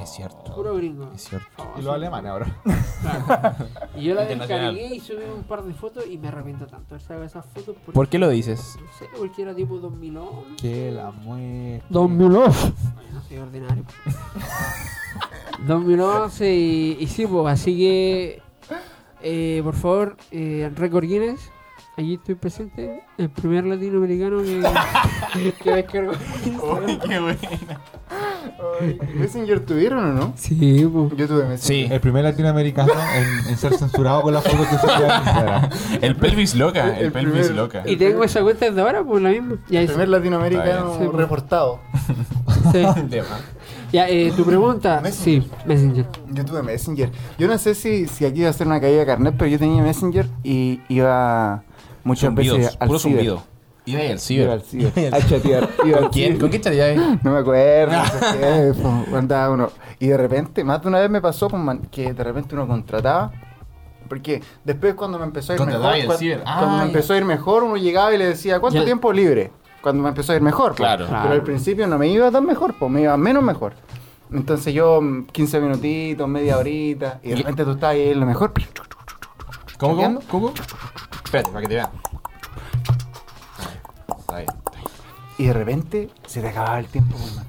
[SPEAKER 2] Es cierto.
[SPEAKER 4] Puro gringo.
[SPEAKER 2] Es cierto.
[SPEAKER 4] Oh,
[SPEAKER 3] Y
[SPEAKER 4] sí.
[SPEAKER 3] los alemanes ahora.
[SPEAKER 4] Claro. Y yo la
[SPEAKER 2] Internacional.
[SPEAKER 4] descargué y subí un par de fotos y me arrepiento tanto. de haber sacado esas fotos porque,
[SPEAKER 2] ¿Por qué lo dices?
[SPEAKER 4] no sé, porque era tipo 2011.
[SPEAKER 3] Que la muerte.
[SPEAKER 4] 2011. No soy ordinario. 2011 y, y sí, pues, así que eh, por favor, eh, Record Guinness, allí estoy presente, el primer latinoamericano que, que descargó.
[SPEAKER 2] Uy, qué buena.
[SPEAKER 1] ¿Messenger tuvieron o no?
[SPEAKER 4] Sí, pues.
[SPEAKER 1] Yo tuve Messenger.
[SPEAKER 2] Sí,
[SPEAKER 3] El primer latinoamericano en, en ser censurado con la foto que subía en Instagram.
[SPEAKER 2] el pelvis loca,
[SPEAKER 1] El
[SPEAKER 2] el, pelvis
[SPEAKER 1] primer-
[SPEAKER 2] loca.
[SPEAKER 4] Y tengo esa cuenta desde ahora, pues la misma. Ya,
[SPEAKER 1] El
[SPEAKER 4] es-
[SPEAKER 1] primer latinoamericano
[SPEAKER 4] Está
[SPEAKER 2] pues.
[SPEAKER 4] bien. Sí, po.
[SPEAKER 1] reportado.
[SPEAKER 4] sí.
[SPEAKER 2] De más.
[SPEAKER 4] Ya, eh, tu pregunta.
[SPEAKER 1] Messenger.
[SPEAKER 4] Sí, Messenger.
[SPEAKER 1] Yo tuve Messenger. Yo no sé si, si aquí iba a ser una caída de carnet, pero yo tenía Messenger y iba muchas
[SPEAKER 2] Zumbidos,
[SPEAKER 1] veces Pues al
[SPEAKER 2] puro
[SPEAKER 1] ciber.
[SPEAKER 2] zumbido. Iba ahí al
[SPEAKER 1] Iba al
[SPEAKER 2] ciber.
[SPEAKER 1] ciber. A chatear. Iba al
[SPEAKER 2] ¿Con quién?
[SPEAKER 1] ciber.
[SPEAKER 2] ¿Con quién estaría ahí?
[SPEAKER 1] No me acuerdo, no sé qué, pues, andaba uno. Y de repente, más de una vez me pasó pues, man, que de repente uno contrataba. Porque después cuando me empezó a ir mejor,
[SPEAKER 2] Contrataba y
[SPEAKER 1] cuan-
[SPEAKER 2] decía,
[SPEAKER 1] cuando me
[SPEAKER 2] "Ay".
[SPEAKER 1] empezó a ir mejor, uno llegaba y le decía, ¿cuánto
[SPEAKER 4] Ya.
[SPEAKER 1] tiempo libre? Cuando me empezó a ir mejor. pues.
[SPEAKER 2] Claro.
[SPEAKER 1] Pero al
[SPEAKER 4] Claro.
[SPEAKER 1] principio no me iba tan mejor, pues me iba menos mejor. Entonces yo mm, 15 minutitos, media horita, y de
[SPEAKER 2] Y-
[SPEAKER 1] repente tú estás ahí en lo mejor.
[SPEAKER 2] ¿Cómo, cómo?
[SPEAKER 1] ¿Chateando?
[SPEAKER 2] ¿Cómo? Espérate, para que te vea. Está bien.
[SPEAKER 1] Y de repente se te acababa el tiempo, pues, man.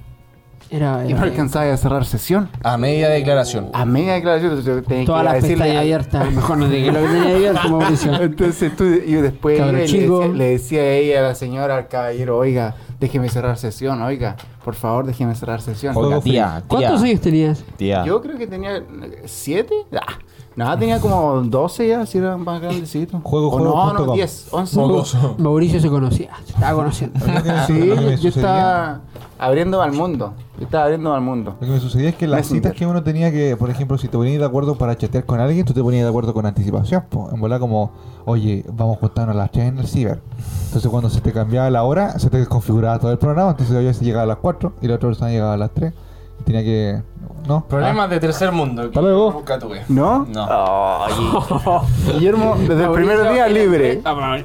[SPEAKER 4] Era, eh,
[SPEAKER 1] Y no
[SPEAKER 4] era-
[SPEAKER 1] alcanzaba a cerrar sesión.
[SPEAKER 2] A media declaración.
[SPEAKER 1] A media declaración, te tenías que
[SPEAKER 4] todas
[SPEAKER 1] ir a
[SPEAKER 4] las
[SPEAKER 1] decirle
[SPEAKER 4] pestañas
[SPEAKER 1] a-
[SPEAKER 4] abiertas. Mejor no te que lo que tenía abierto, Mauricio.
[SPEAKER 1] Entonces tú, y después
[SPEAKER 4] Cabro
[SPEAKER 1] iba y le
[SPEAKER 4] chico.
[SPEAKER 1] decía, le decía a ella, a la señora, al caballero, oiga, déjeme cerrar sesión, oiga, por favor, déjeme cerrar sesión.
[SPEAKER 2] Oiga, tía,
[SPEAKER 4] ¿Cuántos
[SPEAKER 2] tía,
[SPEAKER 4] años tenías?
[SPEAKER 2] tía.
[SPEAKER 1] Yo creo que tenía eh, siete, ah, nada, tenía como 12 ya, si era más grandecito.
[SPEAKER 3] Eh, Juego,
[SPEAKER 1] O
[SPEAKER 3] juego
[SPEAKER 1] no,
[SPEAKER 3] punto
[SPEAKER 1] no,
[SPEAKER 3] com.
[SPEAKER 1] 10, 11.
[SPEAKER 2] Mocoso.
[SPEAKER 4] Mauricio se conocía, se estaba conociendo.
[SPEAKER 3] Lo que me su-
[SPEAKER 1] Sí,
[SPEAKER 3] lo que
[SPEAKER 1] yo
[SPEAKER 3] me sucedía-
[SPEAKER 1] estaba abriendo al mundo, yo estaba abriendo al mundo.
[SPEAKER 3] Lo que me sucedía es que las
[SPEAKER 1] Messenger.
[SPEAKER 3] citas que uno tenía que, por ejemplo, si te ponías de acuerdo para chatear con alguien, tú te ponías de acuerdo con anticipación. po. En volar como, oye, vamos a juntarnos a las 3 en el ciber. Entonces cuando se te cambiaba la hora, se te desconfiguraba todo el programa. Entonces yo a veces llegaba a las 4 y la otra persona llegaba a las 3. Y tenía que... No. Ah,
[SPEAKER 2] Problemas de tercer mundo. que
[SPEAKER 3] Hasta luego.
[SPEAKER 2] Nunca tuve.
[SPEAKER 1] ¿No?
[SPEAKER 2] No.
[SPEAKER 1] Guillermo, desde el primer día
[SPEAKER 2] eh,
[SPEAKER 1] libre.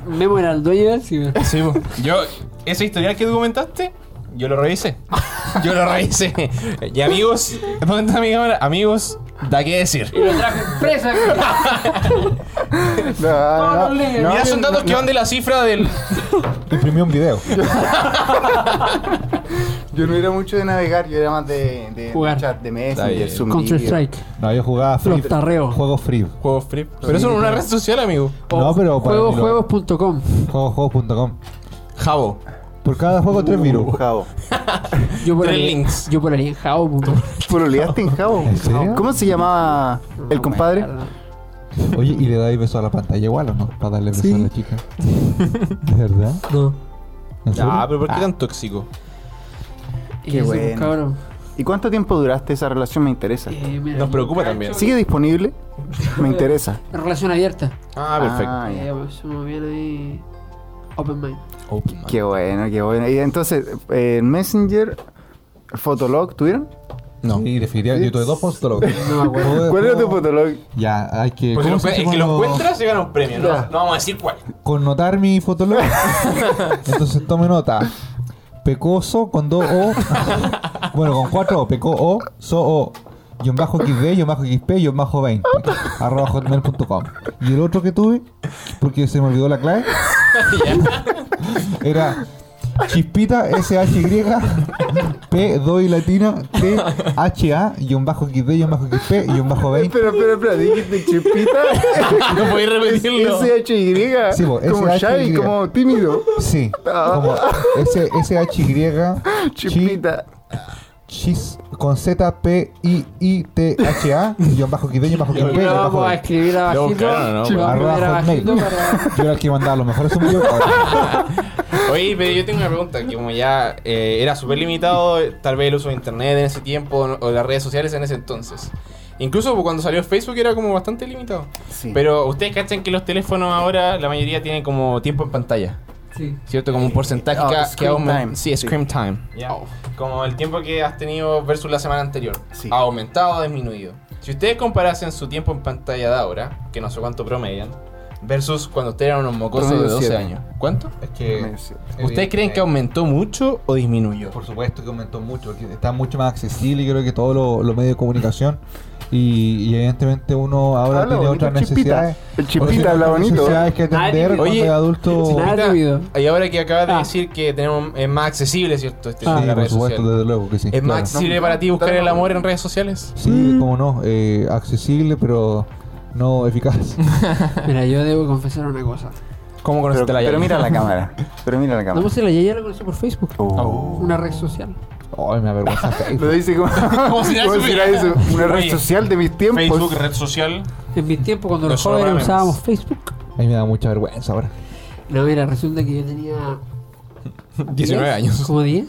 [SPEAKER 4] Memo era el dueño del ciber.
[SPEAKER 2] Sí, bo. yo, esa historia que documentaste, yo lo revisé. Yo lo revisé. Y amigos, ¿dónde está mi cámara? Amigos, da qué decir.
[SPEAKER 4] Y lo trajo presa.
[SPEAKER 1] No, no,
[SPEAKER 4] no, no,
[SPEAKER 1] no,
[SPEAKER 2] Mira, son
[SPEAKER 1] no,
[SPEAKER 2] datos que van de la cifra del.
[SPEAKER 3] Ah, imprimí un video.
[SPEAKER 1] Yo no era mucho de navegar, yo era más de, de- de
[SPEAKER 4] Jugar.
[SPEAKER 1] chat, de
[SPEAKER 2] Está bien.
[SPEAKER 1] Messenger, Zoom.
[SPEAKER 4] Counter Strike,
[SPEAKER 3] No, yo jugaba free.
[SPEAKER 4] los tarreos.
[SPEAKER 3] Juegos free.
[SPEAKER 2] Juegos free. Pero eso no es una red social, amigo.
[SPEAKER 3] No, pero para mí lo-
[SPEAKER 4] Juegosjuegos.com.
[SPEAKER 3] Juegosjuegos.com.
[SPEAKER 2] Jabo.
[SPEAKER 3] Por cada juego, tres virus.
[SPEAKER 1] Jabo.
[SPEAKER 4] Yo por
[SPEAKER 2] Tres
[SPEAKER 4] ahí-
[SPEAKER 2] links.
[SPEAKER 4] Yo por ahí en Jao. punto.
[SPEAKER 1] ¿Pololeaste en Jabo?
[SPEAKER 3] ¿En serio?
[SPEAKER 1] ¿Cómo se llamaba el compadre?
[SPEAKER 3] Oye, ¿y le dais beso a la pantalla igual o no? Para darle beso a la chica. ¿De verdad?
[SPEAKER 4] No.
[SPEAKER 3] ¿En serio?
[SPEAKER 2] Ah, pero ¿por qué tan tóxico?
[SPEAKER 1] Qué
[SPEAKER 4] Eso,
[SPEAKER 1] bueno.
[SPEAKER 4] pues, cabrón.
[SPEAKER 1] ¿Y cuánto tiempo duraste esa relación? Me interesa.
[SPEAKER 4] Eh, mira,
[SPEAKER 2] Nos preocupa también.
[SPEAKER 1] ¿Sigue disponible? Me interesa.
[SPEAKER 4] Relación abierta.
[SPEAKER 2] Ah, perfecto.
[SPEAKER 1] Ah, ya.
[SPEAKER 4] Eh, somos bien ahí. Open mind.
[SPEAKER 2] Open mind.
[SPEAKER 1] Qué bueno, qué bueno. Y entonces, eh, Messenger, Fotolog, ¿tuvieron?
[SPEAKER 2] No.
[SPEAKER 3] Sí, definitivamente. Yo tuve dos postólogos.
[SPEAKER 4] No me acuerdo.
[SPEAKER 1] ¿Cuál era tu Fotolog?
[SPEAKER 3] Ya, hay que.
[SPEAKER 2] Pues si
[SPEAKER 3] ¿cómo
[SPEAKER 2] lo,
[SPEAKER 3] se
[SPEAKER 2] encuent-
[SPEAKER 3] dice
[SPEAKER 2] es que lo
[SPEAKER 3] cuando-
[SPEAKER 2] encuentras, se gana un premio. No,
[SPEAKER 1] Ya.
[SPEAKER 2] no vamos a decir cuál.
[SPEAKER 3] Connotar mi fotolog. Entonces tome nota. Pecoso con dos O. bueno, con cuatro O. Peco O, so O. Guión bajo XD, guión bajo XP, guión bajo 20. Arroba hotmail.com. Y el otro que tuve, porque se me olvidó la clave, era chispita SHY P, 2 y latina, T, H, A, guión bajo XD, guión bajo XP, guión bajo 20.
[SPEAKER 1] Espera, espera, espera, dijiste chipita.
[SPEAKER 2] No podéis repetirlo.
[SPEAKER 1] SHY.
[SPEAKER 3] Sí, pues,
[SPEAKER 1] como
[SPEAKER 3] SHY.
[SPEAKER 1] shy, como tímido.
[SPEAKER 3] Sí, como S, SHY, chi-
[SPEAKER 1] Chipita.
[SPEAKER 3] Chis con Z P I I T H A guión bajo Quideño guión bajo
[SPEAKER 4] Y
[SPEAKER 3] Quideño
[SPEAKER 4] lo vamos a escribir abajito.
[SPEAKER 2] claro, no,
[SPEAKER 4] Lo vamos a
[SPEAKER 3] arroba
[SPEAKER 4] escribir
[SPEAKER 3] hotmail.
[SPEAKER 4] abajito para...
[SPEAKER 3] Yo era el que mandaba los mejores sonidos.
[SPEAKER 2] Oye, pero yo tengo una pregunta, que como ya eh, era súper limitado eh, tal vez el uso de internet en ese tiempo o no- o las redes sociales en ese entonces. Incluso cuando salió Facebook era como bastante limitado.
[SPEAKER 1] Sí.
[SPEAKER 2] Pero ustedes cachan que los teléfonos ahora la mayoría tienen como tiempo en pantalla,
[SPEAKER 4] Sí.
[SPEAKER 2] ¿cierto? Como un porcentaje
[SPEAKER 1] Ah,
[SPEAKER 2] que, que
[SPEAKER 1] screen
[SPEAKER 2] aumen-
[SPEAKER 1] time.
[SPEAKER 2] Sí,
[SPEAKER 1] Sí.
[SPEAKER 2] screen time. Como el tiempo que has tenido versus la semana anterior.
[SPEAKER 1] Sí.
[SPEAKER 2] ¿Ha aumentado o disminuido? Si ustedes comparasen su tiempo en pantalla de ahora, que no sé cuánto promedian, Versus cuando ustedes eran unos mocosos de
[SPEAKER 1] Promedio
[SPEAKER 2] 12
[SPEAKER 1] siete.
[SPEAKER 2] años. ¿Cuánto?
[SPEAKER 3] Es que.
[SPEAKER 1] Me siento.
[SPEAKER 2] ¿Ustedes creen que aumentó mucho o disminuyó?
[SPEAKER 3] Por supuesto que aumentó mucho, porque está mucho más accesible y creo que todos los los medios de comunicación. Y, y evidentemente uno ahora
[SPEAKER 1] Habla
[SPEAKER 3] tiene
[SPEAKER 1] bonito,
[SPEAKER 3] otras
[SPEAKER 1] Chipita.
[SPEAKER 3] necesidades.
[SPEAKER 1] El Chipita
[SPEAKER 3] otras
[SPEAKER 1] habla bonito.
[SPEAKER 3] necesidades que
[SPEAKER 4] Nadie-
[SPEAKER 3] atender cuando
[SPEAKER 2] Oye,
[SPEAKER 3] es adulto.
[SPEAKER 4] Nada
[SPEAKER 2] Ahorita-
[SPEAKER 4] tímido.
[SPEAKER 2] Y ahora que acabas de
[SPEAKER 4] Ah.
[SPEAKER 2] decir que tenemos, es más accesible, ¿cierto? Este,
[SPEAKER 3] Ah. Sí,
[SPEAKER 2] en las
[SPEAKER 3] por
[SPEAKER 2] redes
[SPEAKER 3] supuesto,
[SPEAKER 2] sociales.
[SPEAKER 3] desde luego que sí.
[SPEAKER 2] ¿Es más
[SPEAKER 3] claro.
[SPEAKER 2] accesible
[SPEAKER 1] No,
[SPEAKER 2] para ti buscar
[SPEAKER 1] no,
[SPEAKER 2] el
[SPEAKER 1] no.
[SPEAKER 2] amor en redes sociales?
[SPEAKER 3] Sí,
[SPEAKER 4] Mm.
[SPEAKER 3] como no, eh, accesible pero no eficaz.
[SPEAKER 4] Mira, yo debo confesar una cosa.
[SPEAKER 2] ¿Cómo
[SPEAKER 1] Pero,
[SPEAKER 2] conociste a la
[SPEAKER 1] pero
[SPEAKER 2] Yayi?
[SPEAKER 1] mira la cámara. Pero mira la cámara.
[SPEAKER 4] No sé, la Yaya la conocí por Facebook.
[SPEAKER 1] Oh.
[SPEAKER 4] Una red social.
[SPEAKER 3] Ay, me avergüenza
[SPEAKER 1] Lo
[SPEAKER 3] Facebook.
[SPEAKER 1] dice como, como
[SPEAKER 2] si
[SPEAKER 1] si
[SPEAKER 2] nada
[SPEAKER 1] era
[SPEAKER 2] supiera.
[SPEAKER 1] eso, una red
[SPEAKER 2] Oye,
[SPEAKER 1] social de mis tiempos.
[SPEAKER 2] Facebook, red social.
[SPEAKER 4] En mi tiempo, cuando los
[SPEAKER 2] Los
[SPEAKER 4] jóvenes
[SPEAKER 2] programas.
[SPEAKER 4] usábamos Facebook.
[SPEAKER 3] A mí me da mucha vergüenza ahora.
[SPEAKER 4] No, mira, resulta que yo tenía.
[SPEAKER 2] 19
[SPEAKER 4] 10,
[SPEAKER 2] años.
[SPEAKER 4] Como 10.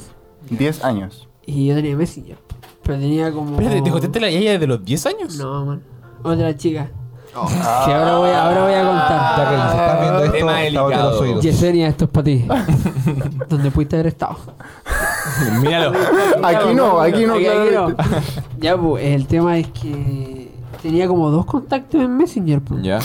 [SPEAKER 1] 10 años.
[SPEAKER 4] Y yo tenía Messenger. Pero tenía como.
[SPEAKER 2] Espérate, ¿te contaste la Yaya desde los 10 años?
[SPEAKER 4] No, man. Otra chica.
[SPEAKER 1] Oh.
[SPEAKER 4] Que ahora voy, ahora voy a
[SPEAKER 2] Ah.
[SPEAKER 4] contar.
[SPEAKER 3] Ya que nos estás viendo esto,
[SPEAKER 2] tema
[SPEAKER 3] tápate los
[SPEAKER 2] delicado.
[SPEAKER 3] oídos.
[SPEAKER 4] Yesenia, esto es para ti. Donde pudiste haber estado.
[SPEAKER 2] Míralo.
[SPEAKER 1] Aquí no, aquí no,
[SPEAKER 4] no. Ya, pues, el tema es que tenía como dos contactos en Messenger. pues.
[SPEAKER 2] Ya.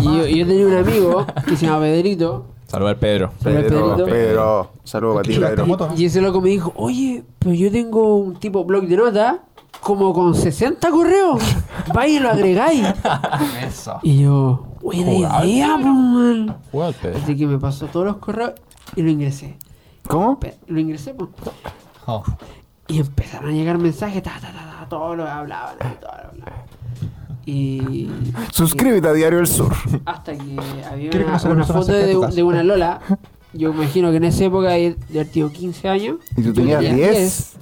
[SPEAKER 4] Y yo, y yo tenía un amigo que se llama Pedrito.
[SPEAKER 2] Saludar Pedro.
[SPEAKER 4] Pero
[SPEAKER 1] Pedro,
[SPEAKER 4] Pedrito-
[SPEAKER 1] Pedro, saludos para ti,
[SPEAKER 3] Aquí la
[SPEAKER 1] Pedro.
[SPEAKER 3] tenemos. moto, ¿no?
[SPEAKER 4] Y ese loco me dijo, oye, pero yo tengo un tipo blog de notas como con 60 correos. Vais y lo agregáis.
[SPEAKER 3] Eso.
[SPEAKER 4] Y yo, buena idea, po, man.
[SPEAKER 2] Juega al Pedro.
[SPEAKER 4] Así que me pasó todos los correos y lo ingresé.
[SPEAKER 1] ¿Cómo?
[SPEAKER 4] Pe- Lo ingresé, po.
[SPEAKER 3] Oh.
[SPEAKER 4] Y empezaron a llegar mensajes, ta, ta, ta, ta, todos los hablaban, todos lo hablaban. Y
[SPEAKER 1] Suscríbete a Diario El Sur.
[SPEAKER 4] hasta que había
[SPEAKER 3] Quiero que
[SPEAKER 4] una,
[SPEAKER 3] nos hagamos
[SPEAKER 4] una
[SPEAKER 3] una
[SPEAKER 4] foto
[SPEAKER 3] cerca de
[SPEAKER 4] de,
[SPEAKER 3] tu casa.
[SPEAKER 4] de una Lola. Yo me imagino que en esa época eh, de haber tenido 15 años.
[SPEAKER 1] Y tú
[SPEAKER 4] yo
[SPEAKER 1] tenías
[SPEAKER 4] tenía
[SPEAKER 1] 10.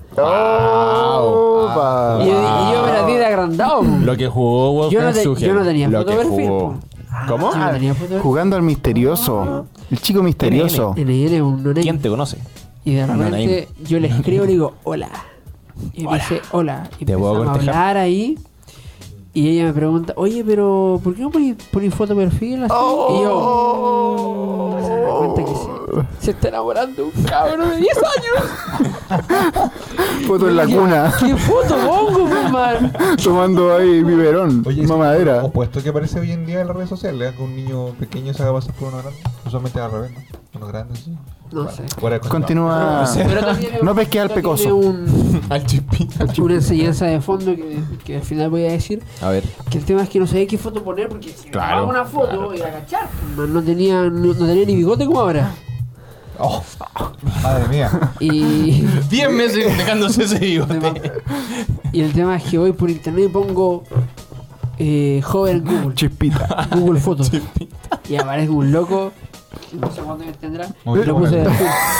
[SPEAKER 1] ¡Opa!
[SPEAKER 4] Y yo, y yo me la di de agrandado. po.
[SPEAKER 2] Lo que jugó
[SPEAKER 4] Yo no,
[SPEAKER 2] Wolfgang
[SPEAKER 4] te-
[SPEAKER 2] Sugel.
[SPEAKER 4] yo no tenía
[SPEAKER 2] Lo
[SPEAKER 4] foto
[SPEAKER 2] que
[SPEAKER 4] de perfil.
[SPEAKER 2] jugó. Ah,
[SPEAKER 4] ¿Cómo? Ah, Yo no tenía foto de perfil.
[SPEAKER 1] Jugando al misterioso. El chico misterioso.
[SPEAKER 4] NN es un no
[SPEAKER 2] ¿Quién te conoce?
[SPEAKER 4] Y de
[SPEAKER 2] no
[SPEAKER 4] repente yo le escribo y le digo, hola. Y me
[SPEAKER 2] Hola.
[SPEAKER 4] dice, hola. Y
[SPEAKER 2] Te puedo
[SPEAKER 4] empezamos a
[SPEAKER 2] cortejar.
[SPEAKER 4] hablar ahí. Y ella me pregunta, oye, pero ¿por qué no poní, poní foto de perfil así? Y yo... "Mm, Se da cuenta que se, se está enamorando un cabrón de 10 años.
[SPEAKER 1] Foto en la
[SPEAKER 4] Y yo,
[SPEAKER 1] cuna.
[SPEAKER 4] ¿Qué foto pongo, pues, man?
[SPEAKER 1] Tomando ahí biberón. Mamadera.
[SPEAKER 3] Opuesto que parece hoy en día en las redes sociales, ¿eh? que un niño pequeño se haga pasar por uno grande. Usualmente al revés, ¿no? Uno grande, sí.
[SPEAKER 4] No
[SPEAKER 3] Bueno,
[SPEAKER 4] sé.
[SPEAKER 3] fuera de contexto.
[SPEAKER 1] Continúa.
[SPEAKER 4] Pero también es-
[SPEAKER 1] No pesqué al
[SPEAKER 4] también es
[SPEAKER 1] pecoso.
[SPEAKER 4] un-
[SPEAKER 2] Al chipito.
[SPEAKER 4] una enseñanza de fondo que, que al final voy a decir.
[SPEAKER 2] A ver.
[SPEAKER 4] Que el tema es que no sabía qué foto poner porque si
[SPEAKER 2] Claro,
[SPEAKER 4] grababa una foto
[SPEAKER 2] claro.
[SPEAKER 4] iba a cachar. pues, Man, no, tenía, no, no tenía ni bigote como ahora.
[SPEAKER 3] Oh, madre mía.
[SPEAKER 4] Y,
[SPEAKER 2] 10 meses dejándose ese bigote.
[SPEAKER 4] y el tema es que voy por internet y pongo eh, joven en Google.
[SPEAKER 1] Chispita.
[SPEAKER 4] Google Fotos. Y aparece un loco. No sé cuándo tendrá.
[SPEAKER 3] Muy
[SPEAKER 4] y, lo puse
[SPEAKER 3] bueno.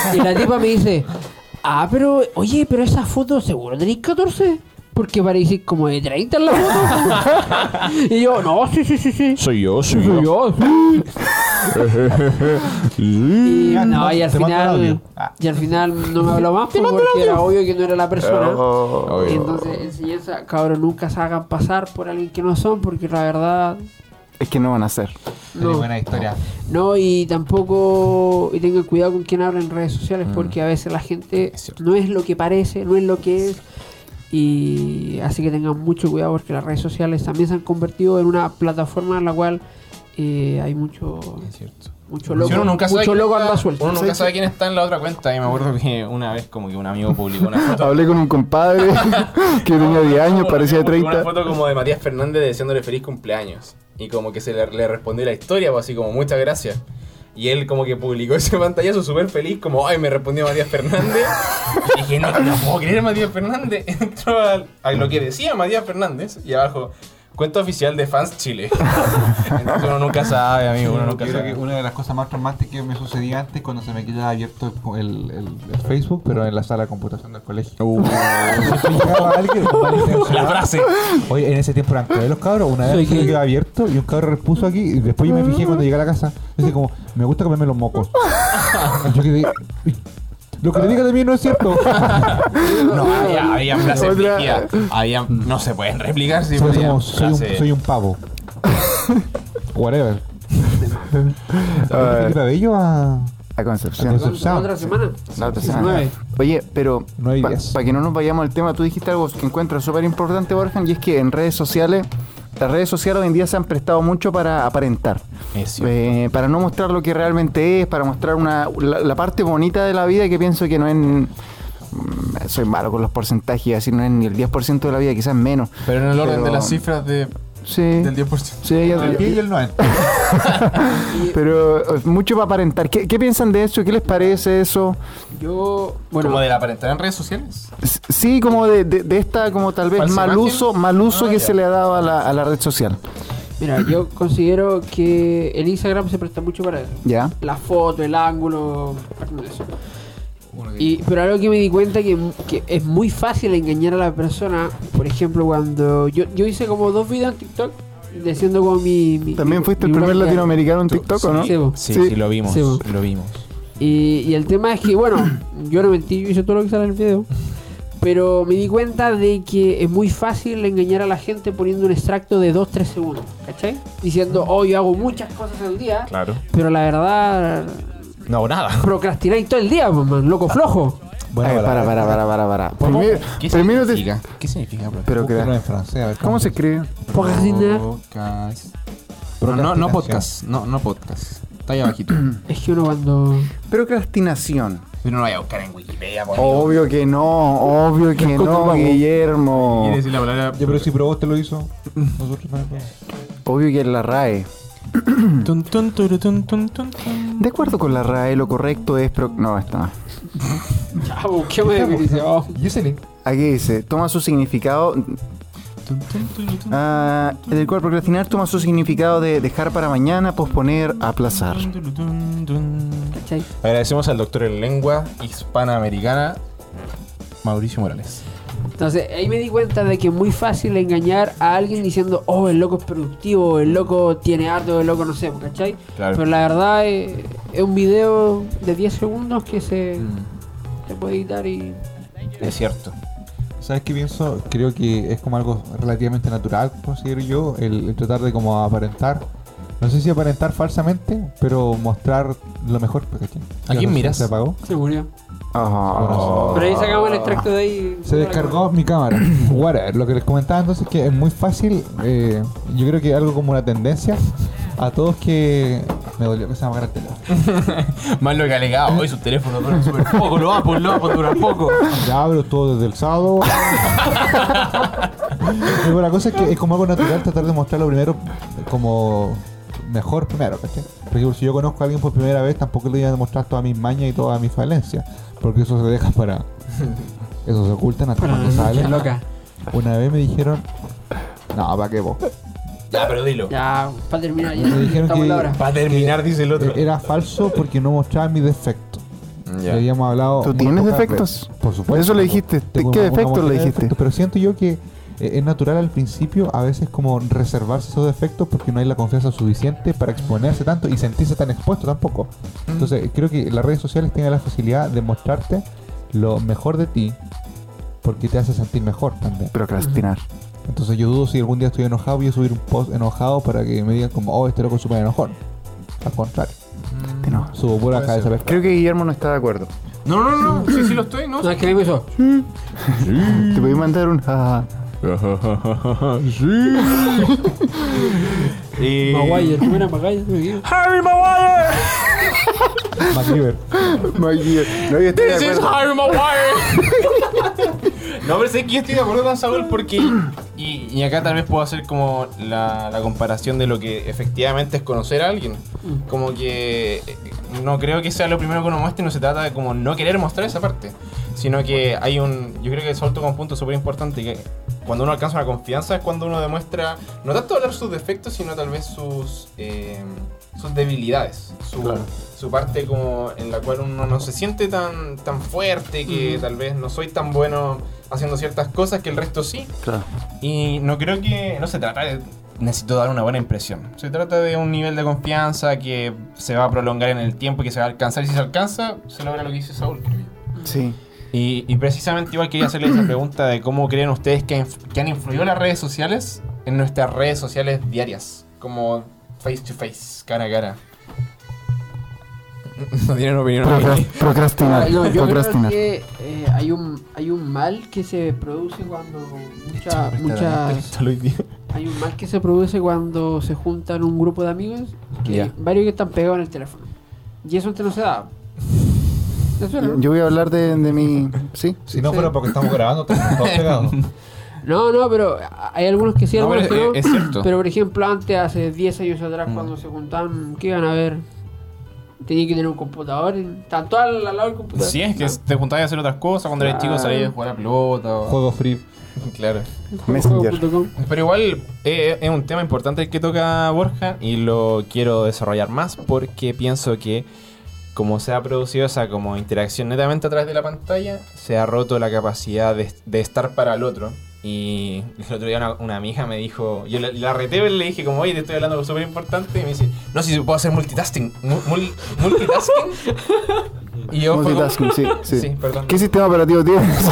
[SPEAKER 4] así. y la tipa me dice: Ah, pero, oye, pero esa foto seguro tenéis 14. Porque parecís como de 30 en la foto. y yo, no, sí, sí, sí, sí.
[SPEAKER 2] Soy yo, soy
[SPEAKER 4] Soy
[SPEAKER 2] yo.
[SPEAKER 4] yo, sí. Y,
[SPEAKER 3] Ya,
[SPEAKER 4] no,
[SPEAKER 3] te
[SPEAKER 4] y al
[SPEAKER 3] mando el audio.
[SPEAKER 4] final.
[SPEAKER 3] Ah.
[SPEAKER 4] Y al final no me habló más pues, porque era obvio que no era la persona.
[SPEAKER 1] Oh.
[SPEAKER 4] Y entonces, enseñanza, cabrón, nunca se hagan pasar por alguien que no son, porque la verdad.
[SPEAKER 1] Es que no van a ser.
[SPEAKER 3] Tiene
[SPEAKER 4] No,
[SPEAKER 3] buena historia.
[SPEAKER 4] no y tampoco. Y tengan cuidado con quien habla en redes sociales, porque a veces la gente
[SPEAKER 2] Mm. Es cierto.
[SPEAKER 4] no es lo que parece, no es lo que es. Y así que tengan mucho cuidado, porque las redes sociales también se han convertido en una plataforma en la cual eh, hay mucho.
[SPEAKER 2] cierto.
[SPEAKER 4] Mucho
[SPEAKER 2] Sí,
[SPEAKER 4] loco,
[SPEAKER 2] uno nunca sabe
[SPEAKER 4] mucho
[SPEAKER 2] quién
[SPEAKER 4] loco
[SPEAKER 2] está-
[SPEAKER 4] anda suelto.
[SPEAKER 2] Uno nunca sabe quién está en la otra cuenta. Y me acuerdo que una vez como que un amigo publicó una foto.
[SPEAKER 1] Hablé con un compadre que tenía 10 años, parecía de
[SPEAKER 2] Una
[SPEAKER 1] 30.
[SPEAKER 2] foto como de Matías Fernández deseándole feliz cumpleaños. Y como que se le, le respondió la historia, pues, así como muchas gracias. Y él como que publicó ese pantallazo súper feliz, como, ay, me respondió Matías Fernández. y dije, no, no puedo creer Matías Fernández. Entró al- a, lo que decía Matías Fernández y abajo, cuenta oficial de fans Chile. Entonces uno nunca sabe, amigo, uno
[SPEAKER 3] Yo
[SPEAKER 2] nunca
[SPEAKER 3] creo que
[SPEAKER 2] sabe.
[SPEAKER 3] una de las cosas más traumáticas que me sucedía antes cuando se me quedaba abierto el, el- el Facebook, pero en la sala de computación del colegio. Llegaba alguien
[SPEAKER 2] Uh. La
[SPEAKER 3] malintencionado.
[SPEAKER 2] frase.
[SPEAKER 3] Oye, en ese tiempo eran crueles los cabros. Una
[SPEAKER 4] Soy
[SPEAKER 3] vez que me
[SPEAKER 4] gay.
[SPEAKER 3] quedó abierto y un cabro repuso aquí. Y después yo me fijé cuando llegué a la casa. Dice como, me gusta comerme los mocos. Y yo quedé. Lo que le digas de mí no es cierto.
[SPEAKER 2] No, había, había frases
[SPEAKER 1] Otra-
[SPEAKER 2] brígidas. Había, no se pueden replicar. Sí,
[SPEAKER 3] Soy
[SPEAKER 2] pero
[SPEAKER 3] como,
[SPEAKER 2] ya,
[SPEAKER 3] soy, un,
[SPEAKER 2] frases-
[SPEAKER 3] soy un pavo. Whatever.
[SPEAKER 1] A ver.
[SPEAKER 3] Felipe Bello a.
[SPEAKER 1] A
[SPEAKER 3] A
[SPEAKER 1] Concepción.
[SPEAKER 3] Concepción.
[SPEAKER 4] La otra semana.
[SPEAKER 1] La otra semana.
[SPEAKER 4] Nueve.
[SPEAKER 1] Oye, pero
[SPEAKER 3] No hay
[SPEAKER 1] para
[SPEAKER 3] diez.
[SPEAKER 1] que no nos vayamos al tema, tú dijiste algo que encuentro súper importante, Borjan, y es que en redes sociales Las redes sociales hoy en día se han prestado mucho para aparentar.
[SPEAKER 2] Es cierto.
[SPEAKER 1] Eh, para no mostrar lo que realmente es, para mostrar una, la, la parte bonita de la vida que pienso que no es... mm, Soy malo con los porcentajes, así no es ni el 10% de la vida, quizás menos.
[SPEAKER 2] Pero en el orden
[SPEAKER 1] Pero-
[SPEAKER 2] de las cifras de,
[SPEAKER 1] Sí.
[SPEAKER 2] del 10%.
[SPEAKER 1] Sí, yo-
[SPEAKER 3] El
[SPEAKER 1] yo-
[SPEAKER 3] 10 y el 9.
[SPEAKER 1] pero eh, mucho para aparentar. ¿Qué, qué piensan de eso? ¿Qué les parece eso?
[SPEAKER 4] Yo, bueno,
[SPEAKER 2] Como de la aparentar en redes sociales.
[SPEAKER 1] S- Sí, como de, de- de esta, como tal vez
[SPEAKER 2] ¿Falsa
[SPEAKER 1] mal
[SPEAKER 2] imagen?
[SPEAKER 1] uso, mal uso
[SPEAKER 2] Ah,
[SPEAKER 1] que
[SPEAKER 2] ya.
[SPEAKER 1] se le ha dado a la, a la red social.
[SPEAKER 4] mira, yo considero que el Instagram se presta mucho para eso.
[SPEAKER 1] ¿Ya?
[SPEAKER 4] La foto, el ángulo, parte de eso. Y, pero algo que me di cuenta que, que es muy fácil engañar a la persona. Por ejemplo, cuando yo, yo hice como dos videos en TikTok diciendo como mi. mi-
[SPEAKER 1] También
[SPEAKER 4] mi-
[SPEAKER 1] fuiste el
[SPEAKER 4] mi
[SPEAKER 1] primer
[SPEAKER 4] blog diario.
[SPEAKER 1] latinoamericano en TikTok, ¿o no?
[SPEAKER 4] Sí, vos.
[SPEAKER 2] Sí,
[SPEAKER 1] Sí.
[SPEAKER 2] sí, lo vimos.
[SPEAKER 4] Sí, vos.
[SPEAKER 2] lo vimos.
[SPEAKER 4] Y, y el tema es que, bueno, yo no mentí, yo hice todo lo que sale en el video. Pero me di cuenta de que es muy fácil engañar a la gente poniendo un extracto de 2-3 segundos, ¿cachai? Diciendo, oh, yo hago muchas cosas al día,
[SPEAKER 2] Claro.
[SPEAKER 4] pero la verdad,
[SPEAKER 2] No, nada.
[SPEAKER 4] procrastináis todo el día, mamá, loco flojo.
[SPEAKER 3] Eh,
[SPEAKER 1] Ay, para, para, para, para, para. Primero,
[SPEAKER 2] ¿Qué
[SPEAKER 1] primero te-
[SPEAKER 2] significa? ¿Qué significa? bro?
[SPEAKER 1] Pero
[SPEAKER 3] Búsquelo
[SPEAKER 1] que-
[SPEAKER 3] en francés, a ver
[SPEAKER 1] ¿Cómo se escribe?
[SPEAKER 4] Procrastinar
[SPEAKER 2] Podcast. No, no, no podcast. No, no podcast. Está ahí abajito.
[SPEAKER 4] es que uno cuando...
[SPEAKER 1] Procrastinación.
[SPEAKER 2] Pero no lo voy a buscar en Wikipedia. por Dios.
[SPEAKER 1] Obvio que no, obvio que no,
[SPEAKER 4] Vamos.
[SPEAKER 1] Guillermo.
[SPEAKER 2] Quiere decir la palabra.
[SPEAKER 3] Ya, pero si probó, te lo hizo. Nosotros no
[SPEAKER 1] Obvio que es la RAE.
[SPEAKER 2] Tun, tun, turu, tun, tun, tun, tun.
[SPEAKER 1] De acuerdo con la RAE, lo correcto es... pro- No, está mal.
[SPEAKER 4] Ya, busquemos
[SPEAKER 3] Pues,
[SPEAKER 1] pues.
[SPEAKER 4] definición.
[SPEAKER 3] Y ese link.
[SPEAKER 1] Aquí dice, toma su significado...
[SPEAKER 2] Tun, tun, turu, tun,
[SPEAKER 1] ah, del cual procrastinar toma su significado de dejar para mañana, posponer, aplazar.
[SPEAKER 2] tun, turu, tun, tun.
[SPEAKER 4] ¿Cachai?
[SPEAKER 2] Agradecemos al doctor en lengua hispanoamericana, Mauricio Morales.
[SPEAKER 4] Entonces ahí me di cuenta de que es muy fácil engañar a alguien diciendo, oh, el loco es productivo, el loco tiene harto, el loco no sé, ¿cachai?
[SPEAKER 2] Claro.
[SPEAKER 4] Pero la verdad eh, es un video de 10 segundos que se,
[SPEAKER 2] Mm.
[SPEAKER 4] se puede editar y...
[SPEAKER 2] Es cierto.
[SPEAKER 3] ¿Sabes qué pienso? Creo que es como algo relativamente natural, considero yo, el, el tratar de como aparentar. No sé si aparentar falsamente, pero mostrar lo mejor. pues, ¿cachai?
[SPEAKER 2] ¿A quién
[SPEAKER 3] Ya,
[SPEAKER 2] miras?
[SPEAKER 3] Se apagó.
[SPEAKER 4] Se murió.
[SPEAKER 1] Ah.
[SPEAKER 4] Pero ahí sacamos el extracto de ahí.
[SPEAKER 3] Se descargó mi cámara. Whatever. Lo que les comentaba entonces que es muy fácil. eh, yo creo que algo como una tendencia a todos que. Me dolió que se me apagara el teléfono.
[SPEAKER 2] Más lo que alegaba, hoy sus teléfonos duran súper poco, lo Apple, lo Apple duran poco.
[SPEAKER 3] Ya abro todo desde el sábado. Pero la cosa es que es como algo natural tratar de mostrarlo primero como mejor primero, ¿cachai? Por ejemplo, si yo conozco a alguien por primera vez, tampoco le voy a mostrar todas mis mañas y todas mis falencias. Porque eso se deja para. Eso se ocultan hasta
[SPEAKER 4] Para
[SPEAKER 3] cuando
[SPEAKER 4] las noches
[SPEAKER 3] salen.
[SPEAKER 4] loca.
[SPEAKER 3] Una vez me dijeron. No, ¿para qué vos?
[SPEAKER 2] Ya, pero dilo.
[SPEAKER 4] Ya, para terminar, ya
[SPEAKER 3] Me dijeron
[SPEAKER 4] estamos en la
[SPEAKER 3] que-
[SPEAKER 4] hora.
[SPEAKER 2] Para terminar, dice el otro.
[SPEAKER 3] Eh, Era falso porque no mostraba mis defectos. Ya
[SPEAKER 2] Ya.
[SPEAKER 3] habíamos hablado.
[SPEAKER 1] ¿Tú
[SPEAKER 3] muy
[SPEAKER 1] tienes
[SPEAKER 3] pocas
[SPEAKER 1] defectos?
[SPEAKER 3] veces. Por supuesto.
[SPEAKER 1] Eso le dijiste.
[SPEAKER 3] Tengo
[SPEAKER 1] ¿Qué
[SPEAKER 3] una- una
[SPEAKER 1] defectos le
[SPEAKER 3] montaña de
[SPEAKER 1] dijiste?
[SPEAKER 3] defectos, pero siento yo que eh, es natural al principio a veces como reservarse esos defectos porque no hay la confianza suficiente para exponerse tanto y sentirse tan expuesto tampoco.
[SPEAKER 1] Mm.
[SPEAKER 3] Entonces creo que las redes sociales tienen la facilidad de mostrarte lo mejor de ti porque te hace sentir mejor también.
[SPEAKER 1] Procrastinar.
[SPEAKER 3] Entonces yo dudo si algún día estoy enojado voy a subir un post enojado para que me digan como, oh, este loco es súper enojón. Al contrario,
[SPEAKER 1] Te enojas.
[SPEAKER 3] subo pura
[SPEAKER 2] Puede
[SPEAKER 3] cabeza
[SPEAKER 2] ser.
[SPEAKER 3] pescada.
[SPEAKER 1] Creo que Guillermo no está de acuerdo.
[SPEAKER 2] No, no, no, no, sí, sí lo estoy, ¿no?
[SPEAKER 4] No, es que a mí me hizo.
[SPEAKER 1] Te voy a mandar un... ah, jaja.
[SPEAKER 2] sí. Eh,
[SPEAKER 4] Maguire, ¿cómo era Maguire? Me dijo.
[SPEAKER 2] Harry Maguire.
[SPEAKER 3] MacGyver.
[SPEAKER 1] My dear. No, yo estoy de
[SPEAKER 2] This is
[SPEAKER 1] acuerdo.
[SPEAKER 2] Harry Maguire. no, pero sé que yo estoy de acuerdo con Saúl porque. Y, y acá tal vez puedo hacer como la, la comparación de lo que efectivamente es conocer a alguien. Como que. eh, No creo que sea lo primero que uno muestre, no se trata de como no querer mostrar esa parte. Sino que hay un. Yo creo que Saúl toca un punto súper importante que. Cuando uno alcanza una confianza es cuando uno demuestra no tanto hablar sus defectos, sino tal vez sus, eh, sus debilidades, su, su parte como en la cual uno no se siente tan, tan fuerte, que tal vez no soy tan bueno haciendo ciertas cosas que el resto sí.
[SPEAKER 1] Claro.
[SPEAKER 2] Y no creo que. No se trata de. Necesito dar una buena impresión. Se trata de un nivel de confianza que se va a prolongar en el tiempo y que se va a alcanzar. Y si se alcanza, se logra lo que dice Saúl, creo yo.
[SPEAKER 1] Sí.
[SPEAKER 2] Y, y precisamente igual quería hacerle esa pregunta de cómo creen ustedes que, ha inf- que han influido las redes sociales en nuestras redes sociales diarias, como face to face, cara a cara. No tienen opinión.
[SPEAKER 1] Procras- procrastinar.
[SPEAKER 4] No, yo creo
[SPEAKER 1] procrastinar.
[SPEAKER 4] que eh, hay, un, hay un mal que se produce cuando mucha- muchas
[SPEAKER 2] hoy día.
[SPEAKER 4] Hay un mal que se produce cuando se juntan un grupo de amigos, que
[SPEAKER 2] Ya.
[SPEAKER 4] varios que están pegados en el teléfono. Y eso antes no se da.
[SPEAKER 1] Yo voy a hablar de, de mi. ¿Sí?
[SPEAKER 3] Si no fuera porque estamos grabando, estamos todos pegados.
[SPEAKER 4] No, no, pero hay algunos que sí,
[SPEAKER 2] No,
[SPEAKER 4] algunos
[SPEAKER 2] pero
[SPEAKER 4] que no.
[SPEAKER 2] es- es cierto. Mm.
[SPEAKER 4] Pero por ejemplo, antes, hace 10 años atrás, cuando se juntaban, ¿qué iban a ver? Tenía que tener un computador, y estaban todos al al lado del computador.
[SPEAKER 2] Sí, es que te juntabas a hacer otras cosas cuando eres chico,
[SPEAKER 4] Claro.
[SPEAKER 2] salías a jugar a pelota. o-
[SPEAKER 3] Juego free.
[SPEAKER 2] Claro.
[SPEAKER 1] Messenger.
[SPEAKER 4] Juego.com.
[SPEAKER 2] Pero igual eh, es un tema importante el que toca Borja y lo quiero desarrollar más porque pienso que como se ha producido esa como interacción netamente a través de la pantalla, se ha roto la capacidad de, de estar para el otro. Y el otro día una, una amiga me dijo, yo la, la reté, le dije como, oye, te estoy hablando súper importante, y me dice, no, si puedo hacer multitasking. mu- mul- multitasking. y yo... fue como-
[SPEAKER 1] Multitasking, sí, sí.
[SPEAKER 2] Sí, perdón.
[SPEAKER 1] ¿Qué sistema operativo tienes?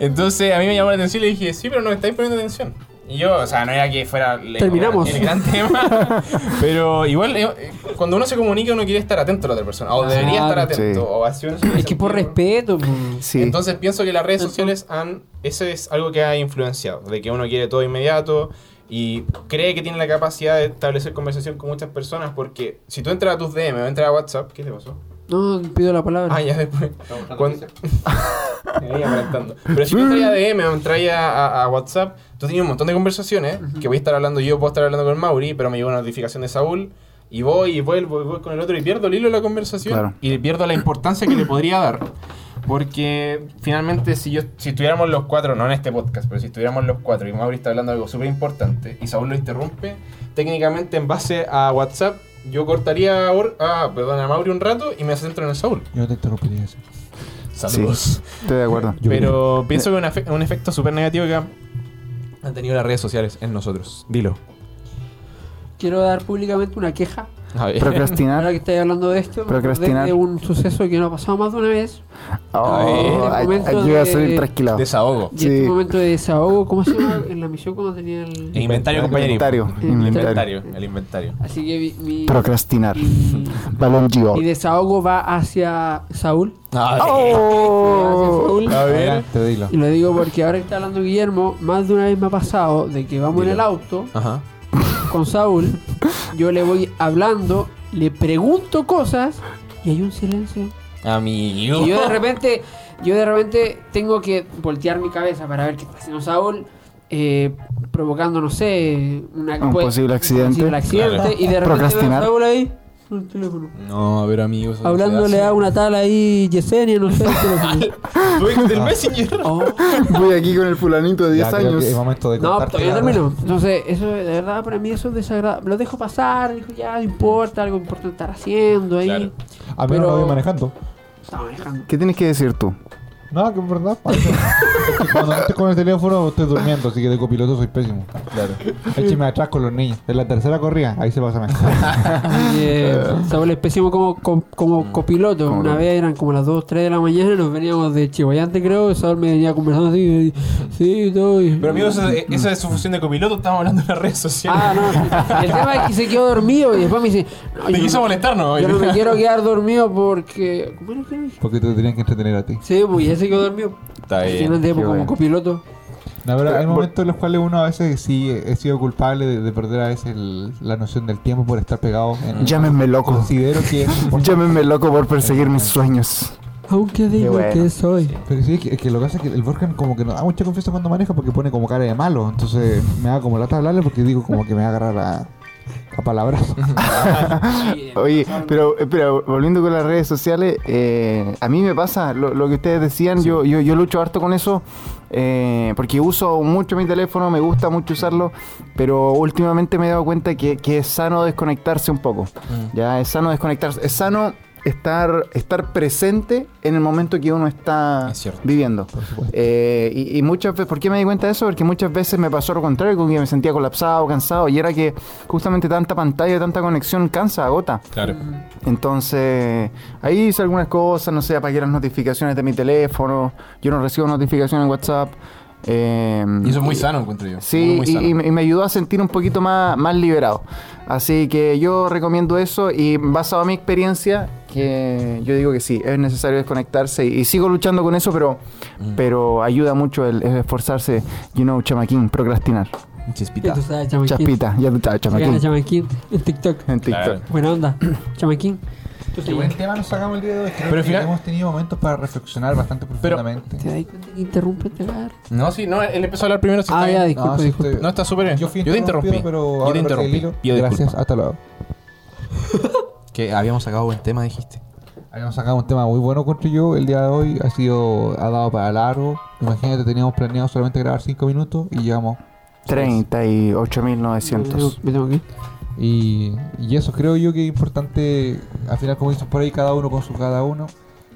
[SPEAKER 2] Entonces a mí me llamó la atención y le dije, sí, pero no me estáis poniendo atención. Y yo, o sea, no era que fuera el,
[SPEAKER 4] Terminamos.
[SPEAKER 2] el gran tema, pero igual eh, eh, cuando uno se comunica uno quiere estar atento a la otra persona, o debería estar
[SPEAKER 4] Claro.
[SPEAKER 2] atento,
[SPEAKER 1] Sí.
[SPEAKER 2] o así uno se
[SPEAKER 4] Es que por
[SPEAKER 2] sentir.
[SPEAKER 4] respeto, po.
[SPEAKER 1] Sí.
[SPEAKER 2] Entonces pienso que las redes sociales han, eso es algo que ha influenciado, de que uno quiere todo inmediato y cree que tiene la capacidad de establecer conversación con muchas personas, porque si tú entras a tus DM o entras a WhatsApp, ¿qué te pasó?
[SPEAKER 4] no pido la palabra.
[SPEAKER 2] Ah, ya después. Cuando- Ahí aparentando. Pero si tú traes a DM o entras a, a- a WhatsApp, tú tienes un montón de conversaciones que voy a estar hablando yo, puedo estar hablando con Mauri, pero me llegó una notificación de Saúl y voy y vuelvo y voy con el otro y pierdo el hilo de la conversación
[SPEAKER 1] Claro.
[SPEAKER 2] y pierdo la importancia que le podría dar. Porque finalmente si yo si estuviéramos los cuatro, no en este podcast, pero si estuviéramos los cuatro y Mauri está hablando de algo súper importante y Saúl lo interrumpe, técnicamente en base a WhatsApp yo cortaría a, Or- ah, perdón, a Mauri un rato y me centro en el Saúl.
[SPEAKER 3] Yo no te interrumpiría eso.
[SPEAKER 1] Sí, estoy de acuerdo.
[SPEAKER 3] Yo
[SPEAKER 2] Pero pienso que una fe- un efecto súper negativo que ha- han tenido las redes sociales en nosotros. Dilo.
[SPEAKER 4] Quiero dar públicamente una queja.
[SPEAKER 2] A ver.
[SPEAKER 4] Ahora
[SPEAKER 1] Procrastinar.
[SPEAKER 4] que estáis hablando de esto, me acordé
[SPEAKER 1] Procrastinar.
[SPEAKER 4] de un suceso que no ha pasado más de una vez.
[SPEAKER 1] Oh,
[SPEAKER 4] Ay,
[SPEAKER 1] ay,
[SPEAKER 4] momento
[SPEAKER 1] aquí voy a
[SPEAKER 4] de-
[SPEAKER 1] salir trasquilado.
[SPEAKER 2] Desahogo.
[SPEAKER 4] Y
[SPEAKER 1] Sí.
[SPEAKER 4] este momento de desahogo, ¿cómo se llama? En la misión cuando tenía
[SPEAKER 2] El
[SPEAKER 4] el.
[SPEAKER 2] inventario, compañero.
[SPEAKER 1] Inventario.
[SPEAKER 2] El
[SPEAKER 1] inventario.
[SPEAKER 2] inventario. El inventario.
[SPEAKER 4] Así que mi. mi-
[SPEAKER 1] Procrastinar.
[SPEAKER 4] mi-
[SPEAKER 1] Balón Gio.
[SPEAKER 4] mi desahogo va hacia Saúl.
[SPEAKER 2] Ah,
[SPEAKER 1] Oh.
[SPEAKER 4] Gracias, Saúl.
[SPEAKER 2] A ver.
[SPEAKER 3] Adelante, dilo.
[SPEAKER 4] Y lo digo porque ahora que está hablando Guillermo, más de una vez me ha pasado de que vamos en el auto
[SPEAKER 2] Ajá.
[SPEAKER 4] con Saúl, yo le voy hablando, le pregunto cosas y hay un silencio.
[SPEAKER 2] Amigo.
[SPEAKER 4] Y yo de repente, yo de repente tengo que voltear mi cabeza para ver qué está haciendo Saúl, eh, provocando, no sé, una, pues,
[SPEAKER 1] Un posible accidente.
[SPEAKER 4] posible accidente,
[SPEAKER 2] Claro.
[SPEAKER 4] y de repente veo a
[SPEAKER 1] Procrastinar.
[SPEAKER 4] Saúl ahí, con el teléfono.
[SPEAKER 2] No, a ver, amigos.
[SPEAKER 4] Hablándole a una tal ahí, Yesenia, no sé. el teléfono.
[SPEAKER 2] del Messenger.
[SPEAKER 4] Oh.
[SPEAKER 1] Voy aquí con el fulanito de
[SPEAKER 3] Ya
[SPEAKER 1] 10
[SPEAKER 3] creo que
[SPEAKER 1] años.
[SPEAKER 3] Es momento de
[SPEAKER 4] No,
[SPEAKER 3] cortarte
[SPEAKER 4] todavía
[SPEAKER 3] la-
[SPEAKER 4] termino. Entonces, eso de verdad para mí eso es desagradable. Lo dejo pasar, dijo ya, no importa, algo importante estar haciendo ahí.
[SPEAKER 2] Claro.
[SPEAKER 3] A mí
[SPEAKER 4] Pero-
[SPEAKER 3] no lo voy manejando.
[SPEAKER 4] Estaba manejando.
[SPEAKER 1] ¿Qué tienes que decir tú?
[SPEAKER 3] No, que es verdad. pa. Es que Cuando no estoy con el teléfono estoy durmiendo, así que de copiloto soy pésimo.
[SPEAKER 2] Claro.
[SPEAKER 3] Écheme atrás con los niños. En la tercera corrida, ahí se pasa mejor.
[SPEAKER 4] Así que, Saúl es pésimo como, como, como copiloto.
[SPEAKER 1] Como
[SPEAKER 4] Una
[SPEAKER 1] no.
[SPEAKER 4] vez eran como las 2, 3 de la mañana, nos veníamos de Chihuayante, creo. y Saúl me venía conversando así, y- sí, todo. y-
[SPEAKER 2] Pero amigos, esa- esa es su función de copiloto. Estamos hablando de las redes sociales.
[SPEAKER 4] Ah, no. sí. El tema es que se quedó dormido y después me dice, no,
[SPEAKER 2] Te
[SPEAKER 4] yo,
[SPEAKER 2] quiso
[SPEAKER 4] no,
[SPEAKER 2] molestarnos hoy.
[SPEAKER 4] yo no me quiero quedar dormido porque. ¿Cómo era que dije?
[SPEAKER 3] Porque te tenían que entretener a ti.
[SPEAKER 4] Sí, pues ya se quedó dormido.
[SPEAKER 2] Está
[SPEAKER 4] Al
[SPEAKER 2] bien,
[SPEAKER 4] final de
[SPEAKER 1] qué
[SPEAKER 4] época, como
[SPEAKER 1] bueno.
[SPEAKER 4] copiloto.
[SPEAKER 3] La verdad, hay
[SPEAKER 1] Pero, por-
[SPEAKER 3] momentos en los cuales uno a veces sí eh, he sido culpable de, de perder a veces el- la noción del tiempo por estar pegado. En,
[SPEAKER 1] Llámenme loco.
[SPEAKER 3] Considero que es importante.
[SPEAKER 1] Llámenme loco por perseguir mis sueños.
[SPEAKER 4] Aunque digo
[SPEAKER 1] bueno.
[SPEAKER 4] que soy.
[SPEAKER 3] Pero sí, es que, es que lo que pasa es que el Borjan como que no da mucha confianza cuando maneja porque pone como cara de malo. Entonces me da como lata hablarle porque digo como que me va a agarrar a, a palabras.
[SPEAKER 1] Oye, pero, eh, pero volviendo con las redes sociales, eh, a mí me pasa lo, lo que ustedes decían, yo, yo, yo lucho harto con eso, eh, porque uso mucho mi teléfono, me gusta mucho usarlo, pero últimamente me he dado cuenta que, que es sano desconectarse un poco.
[SPEAKER 2] Mm,
[SPEAKER 1] Ya, es sano desconectarse, es sano estar, estar presente en el momento que uno está
[SPEAKER 2] Es cierto.
[SPEAKER 1] viviendo. Eh, y, y muchas veces, ¿por qué me di cuenta de eso? Porque muchas veces me pasó lo contrario, con que me sentía colapsado, cansado, y era que justamente tanta pantalla, tanta conexión cansa, agota.
[SPEAKER 2] Claro.
[SPEAKER 4] Mm.
[SPEAKER 1] Entonces, ahí hice algunas cosas, no sé, apagué las notificaciones de mi teléfono, yo no recibo notificaciones en WhatsApp. eh,
[SPEAKER 2] Y eso es muy sano, encuentro yo. Muy,
[SPEAKER 1] Sí,
[SPEAKER 2] muy
[SPEAKER 1] y,
[SPEAKER 2] sano.
[SPEAKER 1] y me y me ayudó a sentir un poquito más, más liberado. Así que yo recomiendo eso y basado en mi experiencia, que yo digo que sí, es necesario desconectarse y, y sigo luchando con eso, pero, pero ayuda mucho el, el esforzarse, you know, chamaquín, procrastinar.
[SPEAKER 4] Ya
[SPEAKER 2] Chispita.
[SPEAKER 4] tú sabes, chamaquín.
[SPEAKER 1] Chaspita, ya tú sabes,
[SPEAKER 4] Gana
[SPEAKER 1] chamaquín.
[SPEAKER 4] chamaquín en TikTok.
[SPEAKER 1] En TikTok.
[SPEAKER 2] Claro.
[SPEAKER 4] Buena onda. Chamaquín. Tú
[SPEAKER 3] Qué
[SPEAKER 4] te
[SPEAKER 3] buen tema nos sacamos el día de hoy. Creo
[SPEAKER 2] Pero
[SPEAKER 3] que
[SPEAKER 2] fija-
[SPEAKER 3] hemos tenido momentos para reflexionar bastante
[SPEAKER 4] te
[SPEAKER 3] profundamente.
[SPEAKER 4] das cuenta que interrumpe este lugar.
[SPEAKER 2] No, sí, no, él empezó a hablar primero. sí,
[SPEAKER 4] Ah,
[SPEAKER 2] está
[SPEAKER 4] ya,
[SPEAKER 2] bien.
[SPEAKER 4] disculpa,
[SPEAKER 3] No, sí
[SPEAKER 4] disculpa.
[SPEAKER 3] estoy-
[SPEAKER 2] No, está súper bien. Yo,
[SPEAKER 3] Yo fui
[SPEAKER 2] te interrumpí.
[SPEAKER 3] interrumpido, pero
[SPEAKER 2] yo te
[SPEAKER 3] ahora
[SPEAKER 2] interrumpí.
[SPEAKER 3] perdí el hilo.
[SPEAKER 2] Yo
[SPEAKER 3] Gracias,
[SPEAKER 2] disculpa.
[SPEAKER 3] hasta luego.
[SPEAKER 2] Que habíamos sacado buen tema, dijiste.
[SPEAKER 3] Habíamos sacado un tema muy bueno contra yo el día de hoy. Ha sido, ha dado para largo. Imagínate, teníamos planeado solamente grabar 5 minutos y llevamos.
[SPEAKER 1] 38.900.
[SPEAKER 4] Me tengo que ir.
[SPEAKER 3] Y, y eso creo yo que es importante. Al final, como dicen por ahí, cada uno con su cada uno.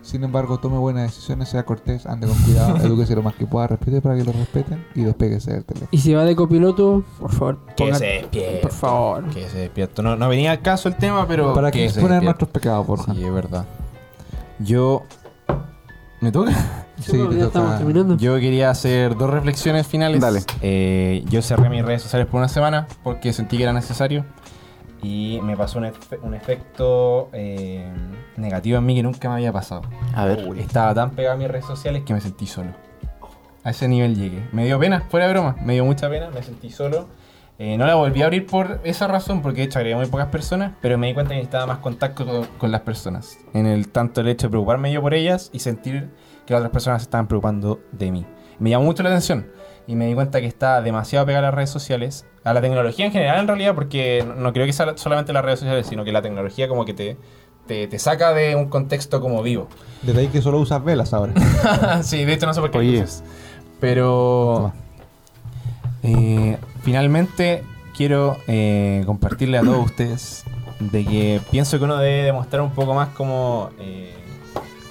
[SPEAKER 3] Sin embargo, tome buenas decisiones, sea cortés, ande con cuidado, edúquese lo más que pueda, respete para que lo respeten y despéguese del teléfono.
[SPEAKER 4] Y si va de copiloto, por favor,
[SPEAKER 2] Que
[SPEAKER 4] ponga-
[SPEAKER 2] se despierta.
[SPEAKER 4] Por favor.
[SPEAKER 2] Que se despierta. No, no venía al caso el tema, pero.
[SPEAKER 3] Para que
[SPEAKER 2] se
[SPEAKER 3] exponer
[SPEAKER 2] despierta.
[SPEAKER 3] nuestros pecados, Borja.
[SPEAKER 2] Sí, es verdad. Yo. ¿Me toca?
[SPEAKER 3] Sí,
[SPEAKER 4] Bueno,
[SPEAKER 3] te
[SPEAKER 4] ya
[SPEAKER 3] toca.
[SPEAKER 4] estamos terminando.
[SPEAKER 2] Yo quería hacer dos reflexiones finales.
[SPEAKER 1] Dale.
[SPEAKER 2] Eh, yo cerré mis redes sociales por una semana porque sentí que era necesario. Y me pasó un, efe- un efecto eh, negativo en mí que nunca me había pasado.
[SPEAKER 1] A ver.
[SPEAKER 2] Estaba tan pegado a mis redes sociales que me sentí solo. A ese nivel llegué. Me dio pena, fuera de broma. Me dio mucha pena, me sentí solo. Eh, no la volví a abrir por esa razón, porque de hecho agregué muy pocas personas, pero me di cuenta que necesitaba más contacto con, con las personas. En el tanto el hecho de preocuparme yo por ellas y sentir que las otras personas se estaban preocupando de mí. Me llamó mucho la atención y me di cuenta que estaba demasiado pegada a las redes sociales, a la tecnología en general en realidad, porque no- no creo que sea solamente las redes sociales, sino que la tecnología como que te, te, te saca de un contexto como vivo.
[SPEAKER 3] Desde ahí que solo usas velas ahora.
[SPEAKER 2] sí, de hecho no sé por qué.
[SPEAKER 1] Oye.
[SPEAKER 2] luces. Pero eh, finalmente quiero eh, compartirle a todos ustedes de que pienso que uno debe demostrar un poco más como... eh,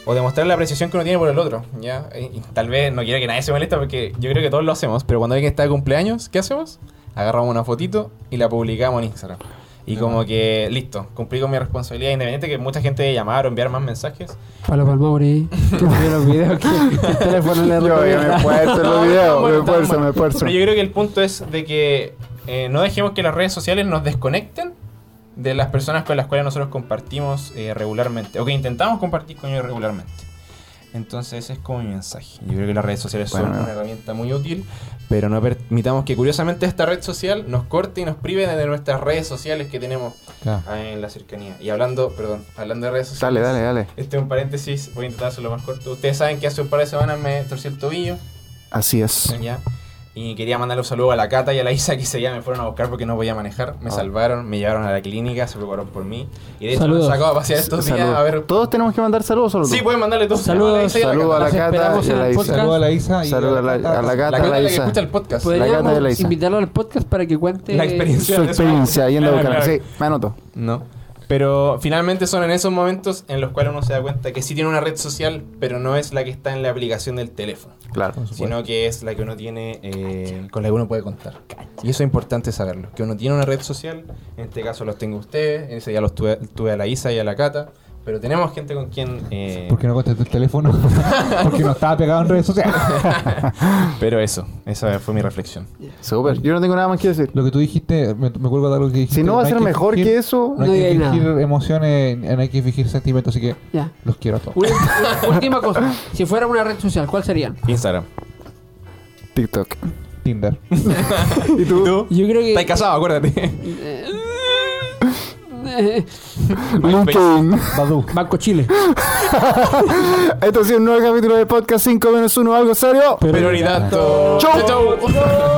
[SPEAKER 2] o demostrar la apreciación que uno tiene por el otro, ¿ya? Y- y tal vez no quiero que nadie se molesta porque yo creo que todos lo hacemos, pero cuando alguien está de cumpleaños, ¿qué hacemos? Agarramos una fotito y la publicamos en Instagram. Y como que, listo, cumplí con mi responsabilidad, independiente que mucha gente llamar o enviar más mensajes.
[SPEAKER 4] Palo Palmauri, que me vio los videos que el teléfono le
[SPEAKER 1] Yo yo me
[SPEAKER 4] recomienda.
[SPEAKER 1] esfuerzo en los videos, me
[SPEAKER 2] Bueno,
[SPEAKER 1] esfuerzo,
[SPEAKER 2] bueno.
[SPEAKER 1] me esfuerzo.
[SPEAKER 2] Pero yo creo que el punto es de que eh, no dejemos que las redes sociales nos desconecten de las personas con las cuales nosotros compartimos eh, regularmente, o que intentamos compartir con ellos regularmente. Entonces ese es como mi mensaje. Yo creo que las redes sociales son
[SPEAKER 1] Bueno.
[SPEAKER 2] una herramienta muy útil, pero no permitamos que curiosamente esta red social nos corte y nos prive de nuestras redes sociales que tenemos
[SPEAKER 3] Claro.
[SPEAKER 2] en la cercanía. Y hablando, perdón, hablando de redes
[SPEAKER 1] Dale,
[SPEAKER 2] sociales.
[SPEAKER 1] dale, dale.
[SPEAKER 2] Este es un paréntesis, voy a intentar hacerlo más corto. Ustedes saben que hace un par de semanas me torcí el tobillo.
[SPEAKER 1] Así es.
[SPEAKER 2] Ya. Y quería mandarle un saludo a la Cata y a la Isa que ese día me fueron a buscar porque no podía manejar. Me salvaron, me llevaron a la clínica, se preocuparon por mí. Y de hecho
[SPEAKER 4] Saludos.
[SPEAKER 2] me sacó a pasear estos días
[SPEAKER 1] Saludos.
[SPEAKER 2] a ver.
[SPEAKER 1] Todos tenemos que mandar saludos, solo
[SPEAKER 2] Sí,
[SPEAKER 1] tú.
[SPEAKER 2] pueden mandarle todos
[SPEAKER 4] Saludos.
[SPEAKER 1] Saludos a la
[SPEAKER 4] Nos
[SPEAKER 1] Cata
[SPEAKER 4] esperamos
[SPEAKER 1] y a
[SPEAKER 4] en
[SPEAKER 1] la
[SPEAKER 4] el
[SPEAKER 1] Isa.
[SPEAKER 4] podcast.
[SPEAKER 3] Saludos a la Isa y
[SPEAKER 1] Saludos a la, a la
[SPEAKER 2] La
[SPEAKER 1] Cata y
[SPEAKER 2] Cata
[SPEAKER 1] a la
[SPEAKER 2] que
[SPEAKER 1] Isa.
[SPEAKER 2] escucha el podcast.
[SPEAKER 1] gata de la
[SPEAKER 4] Podríamos
[SPEAKER 1] Isa.
[SPEAKER 4] invitarlo al podcast para que cuente
[SPEAKER 2] La experiencia.
[SPEAKER 1] Su experiencia yendo a
[SPEAKER 2] Claro,
[SPEAKER 1] buscar.
[SPEAKER 2] claro.
[SPEAKER 1] Sí, me anoto.
[SPEAKER 2] No. Pero finalmente son en esos momentos en los cuales uno se da cuenta que sí tiene una red social, pero no es la que está en la aplicación del teléfono,
[SPEAKER 1] Claro.
[SPEAKER 2] sino que es la que uno tiene, eh, con la que uno puede contar. Y eso es importante saberlo, que uno tiene una red social, en este caso los tengo ustedes, ese día los tuve, tuve a la Isa y a la Cata, pero tenemos gente con quien... eh,
[SPEAKER 3] ¿Por qué no contestó el teléfono? Porque no estaba pegado en redes sociales.
[SPEAKER 2] Pero eso, esa fue mi reflexión.
[SPEAKER 1] Súper. Yo no tengo nada más que decir.
[SPEAKER 3] Lo que tú dijiste, me, me acuerdo de algo que dijiste.
[SPEAKER 1] Si no va a
[SPEAKER 3] hay
[SPEAKER 1] ser
[SPEAKER 3] que
[SPEAKER 1] mejor
[SPEAKER 3] fingir-
[SPEAKER 1] que eso.
[SPEAKER 3] No
[SPEAKER 4] No
[SPEAKER 3] hay que
[SPEAKER 4] digáis
[SPEAKER 3] fingir emociones, no hay que fingir sentimientos, así que
[SPEAKER 4] Ya.
[SPEAKER 3] los quiero a todos.
[SPEAKER 4] Una- una última cosa. Si fuera una red social, ¿cuál sería?
[SPEAKER 2] Instagram.
[SPEAKER 1] TikTok.
[SPEAKER 3] Tinder.
[SPEAKER 1] ¿Y tú?
[SPEAKER 4] Yo creo que.
[SPEAKER 2] Estás casado, acuérdate.
[SPEAKER 4] Eh, eh,
[SPEAKER 1] LinkedIn.
[SPEAKER 3] Badu.
[SPEAKER 4] Banco Chile.
[SPEAKER 1] Esto ha sido un nuevo capítulo de Podcast 5 menos 1, algo serio.
[SPEAKER 2] Prioridad.
[SPEAKER 1] Chau.
[SPEAKER 2] chau.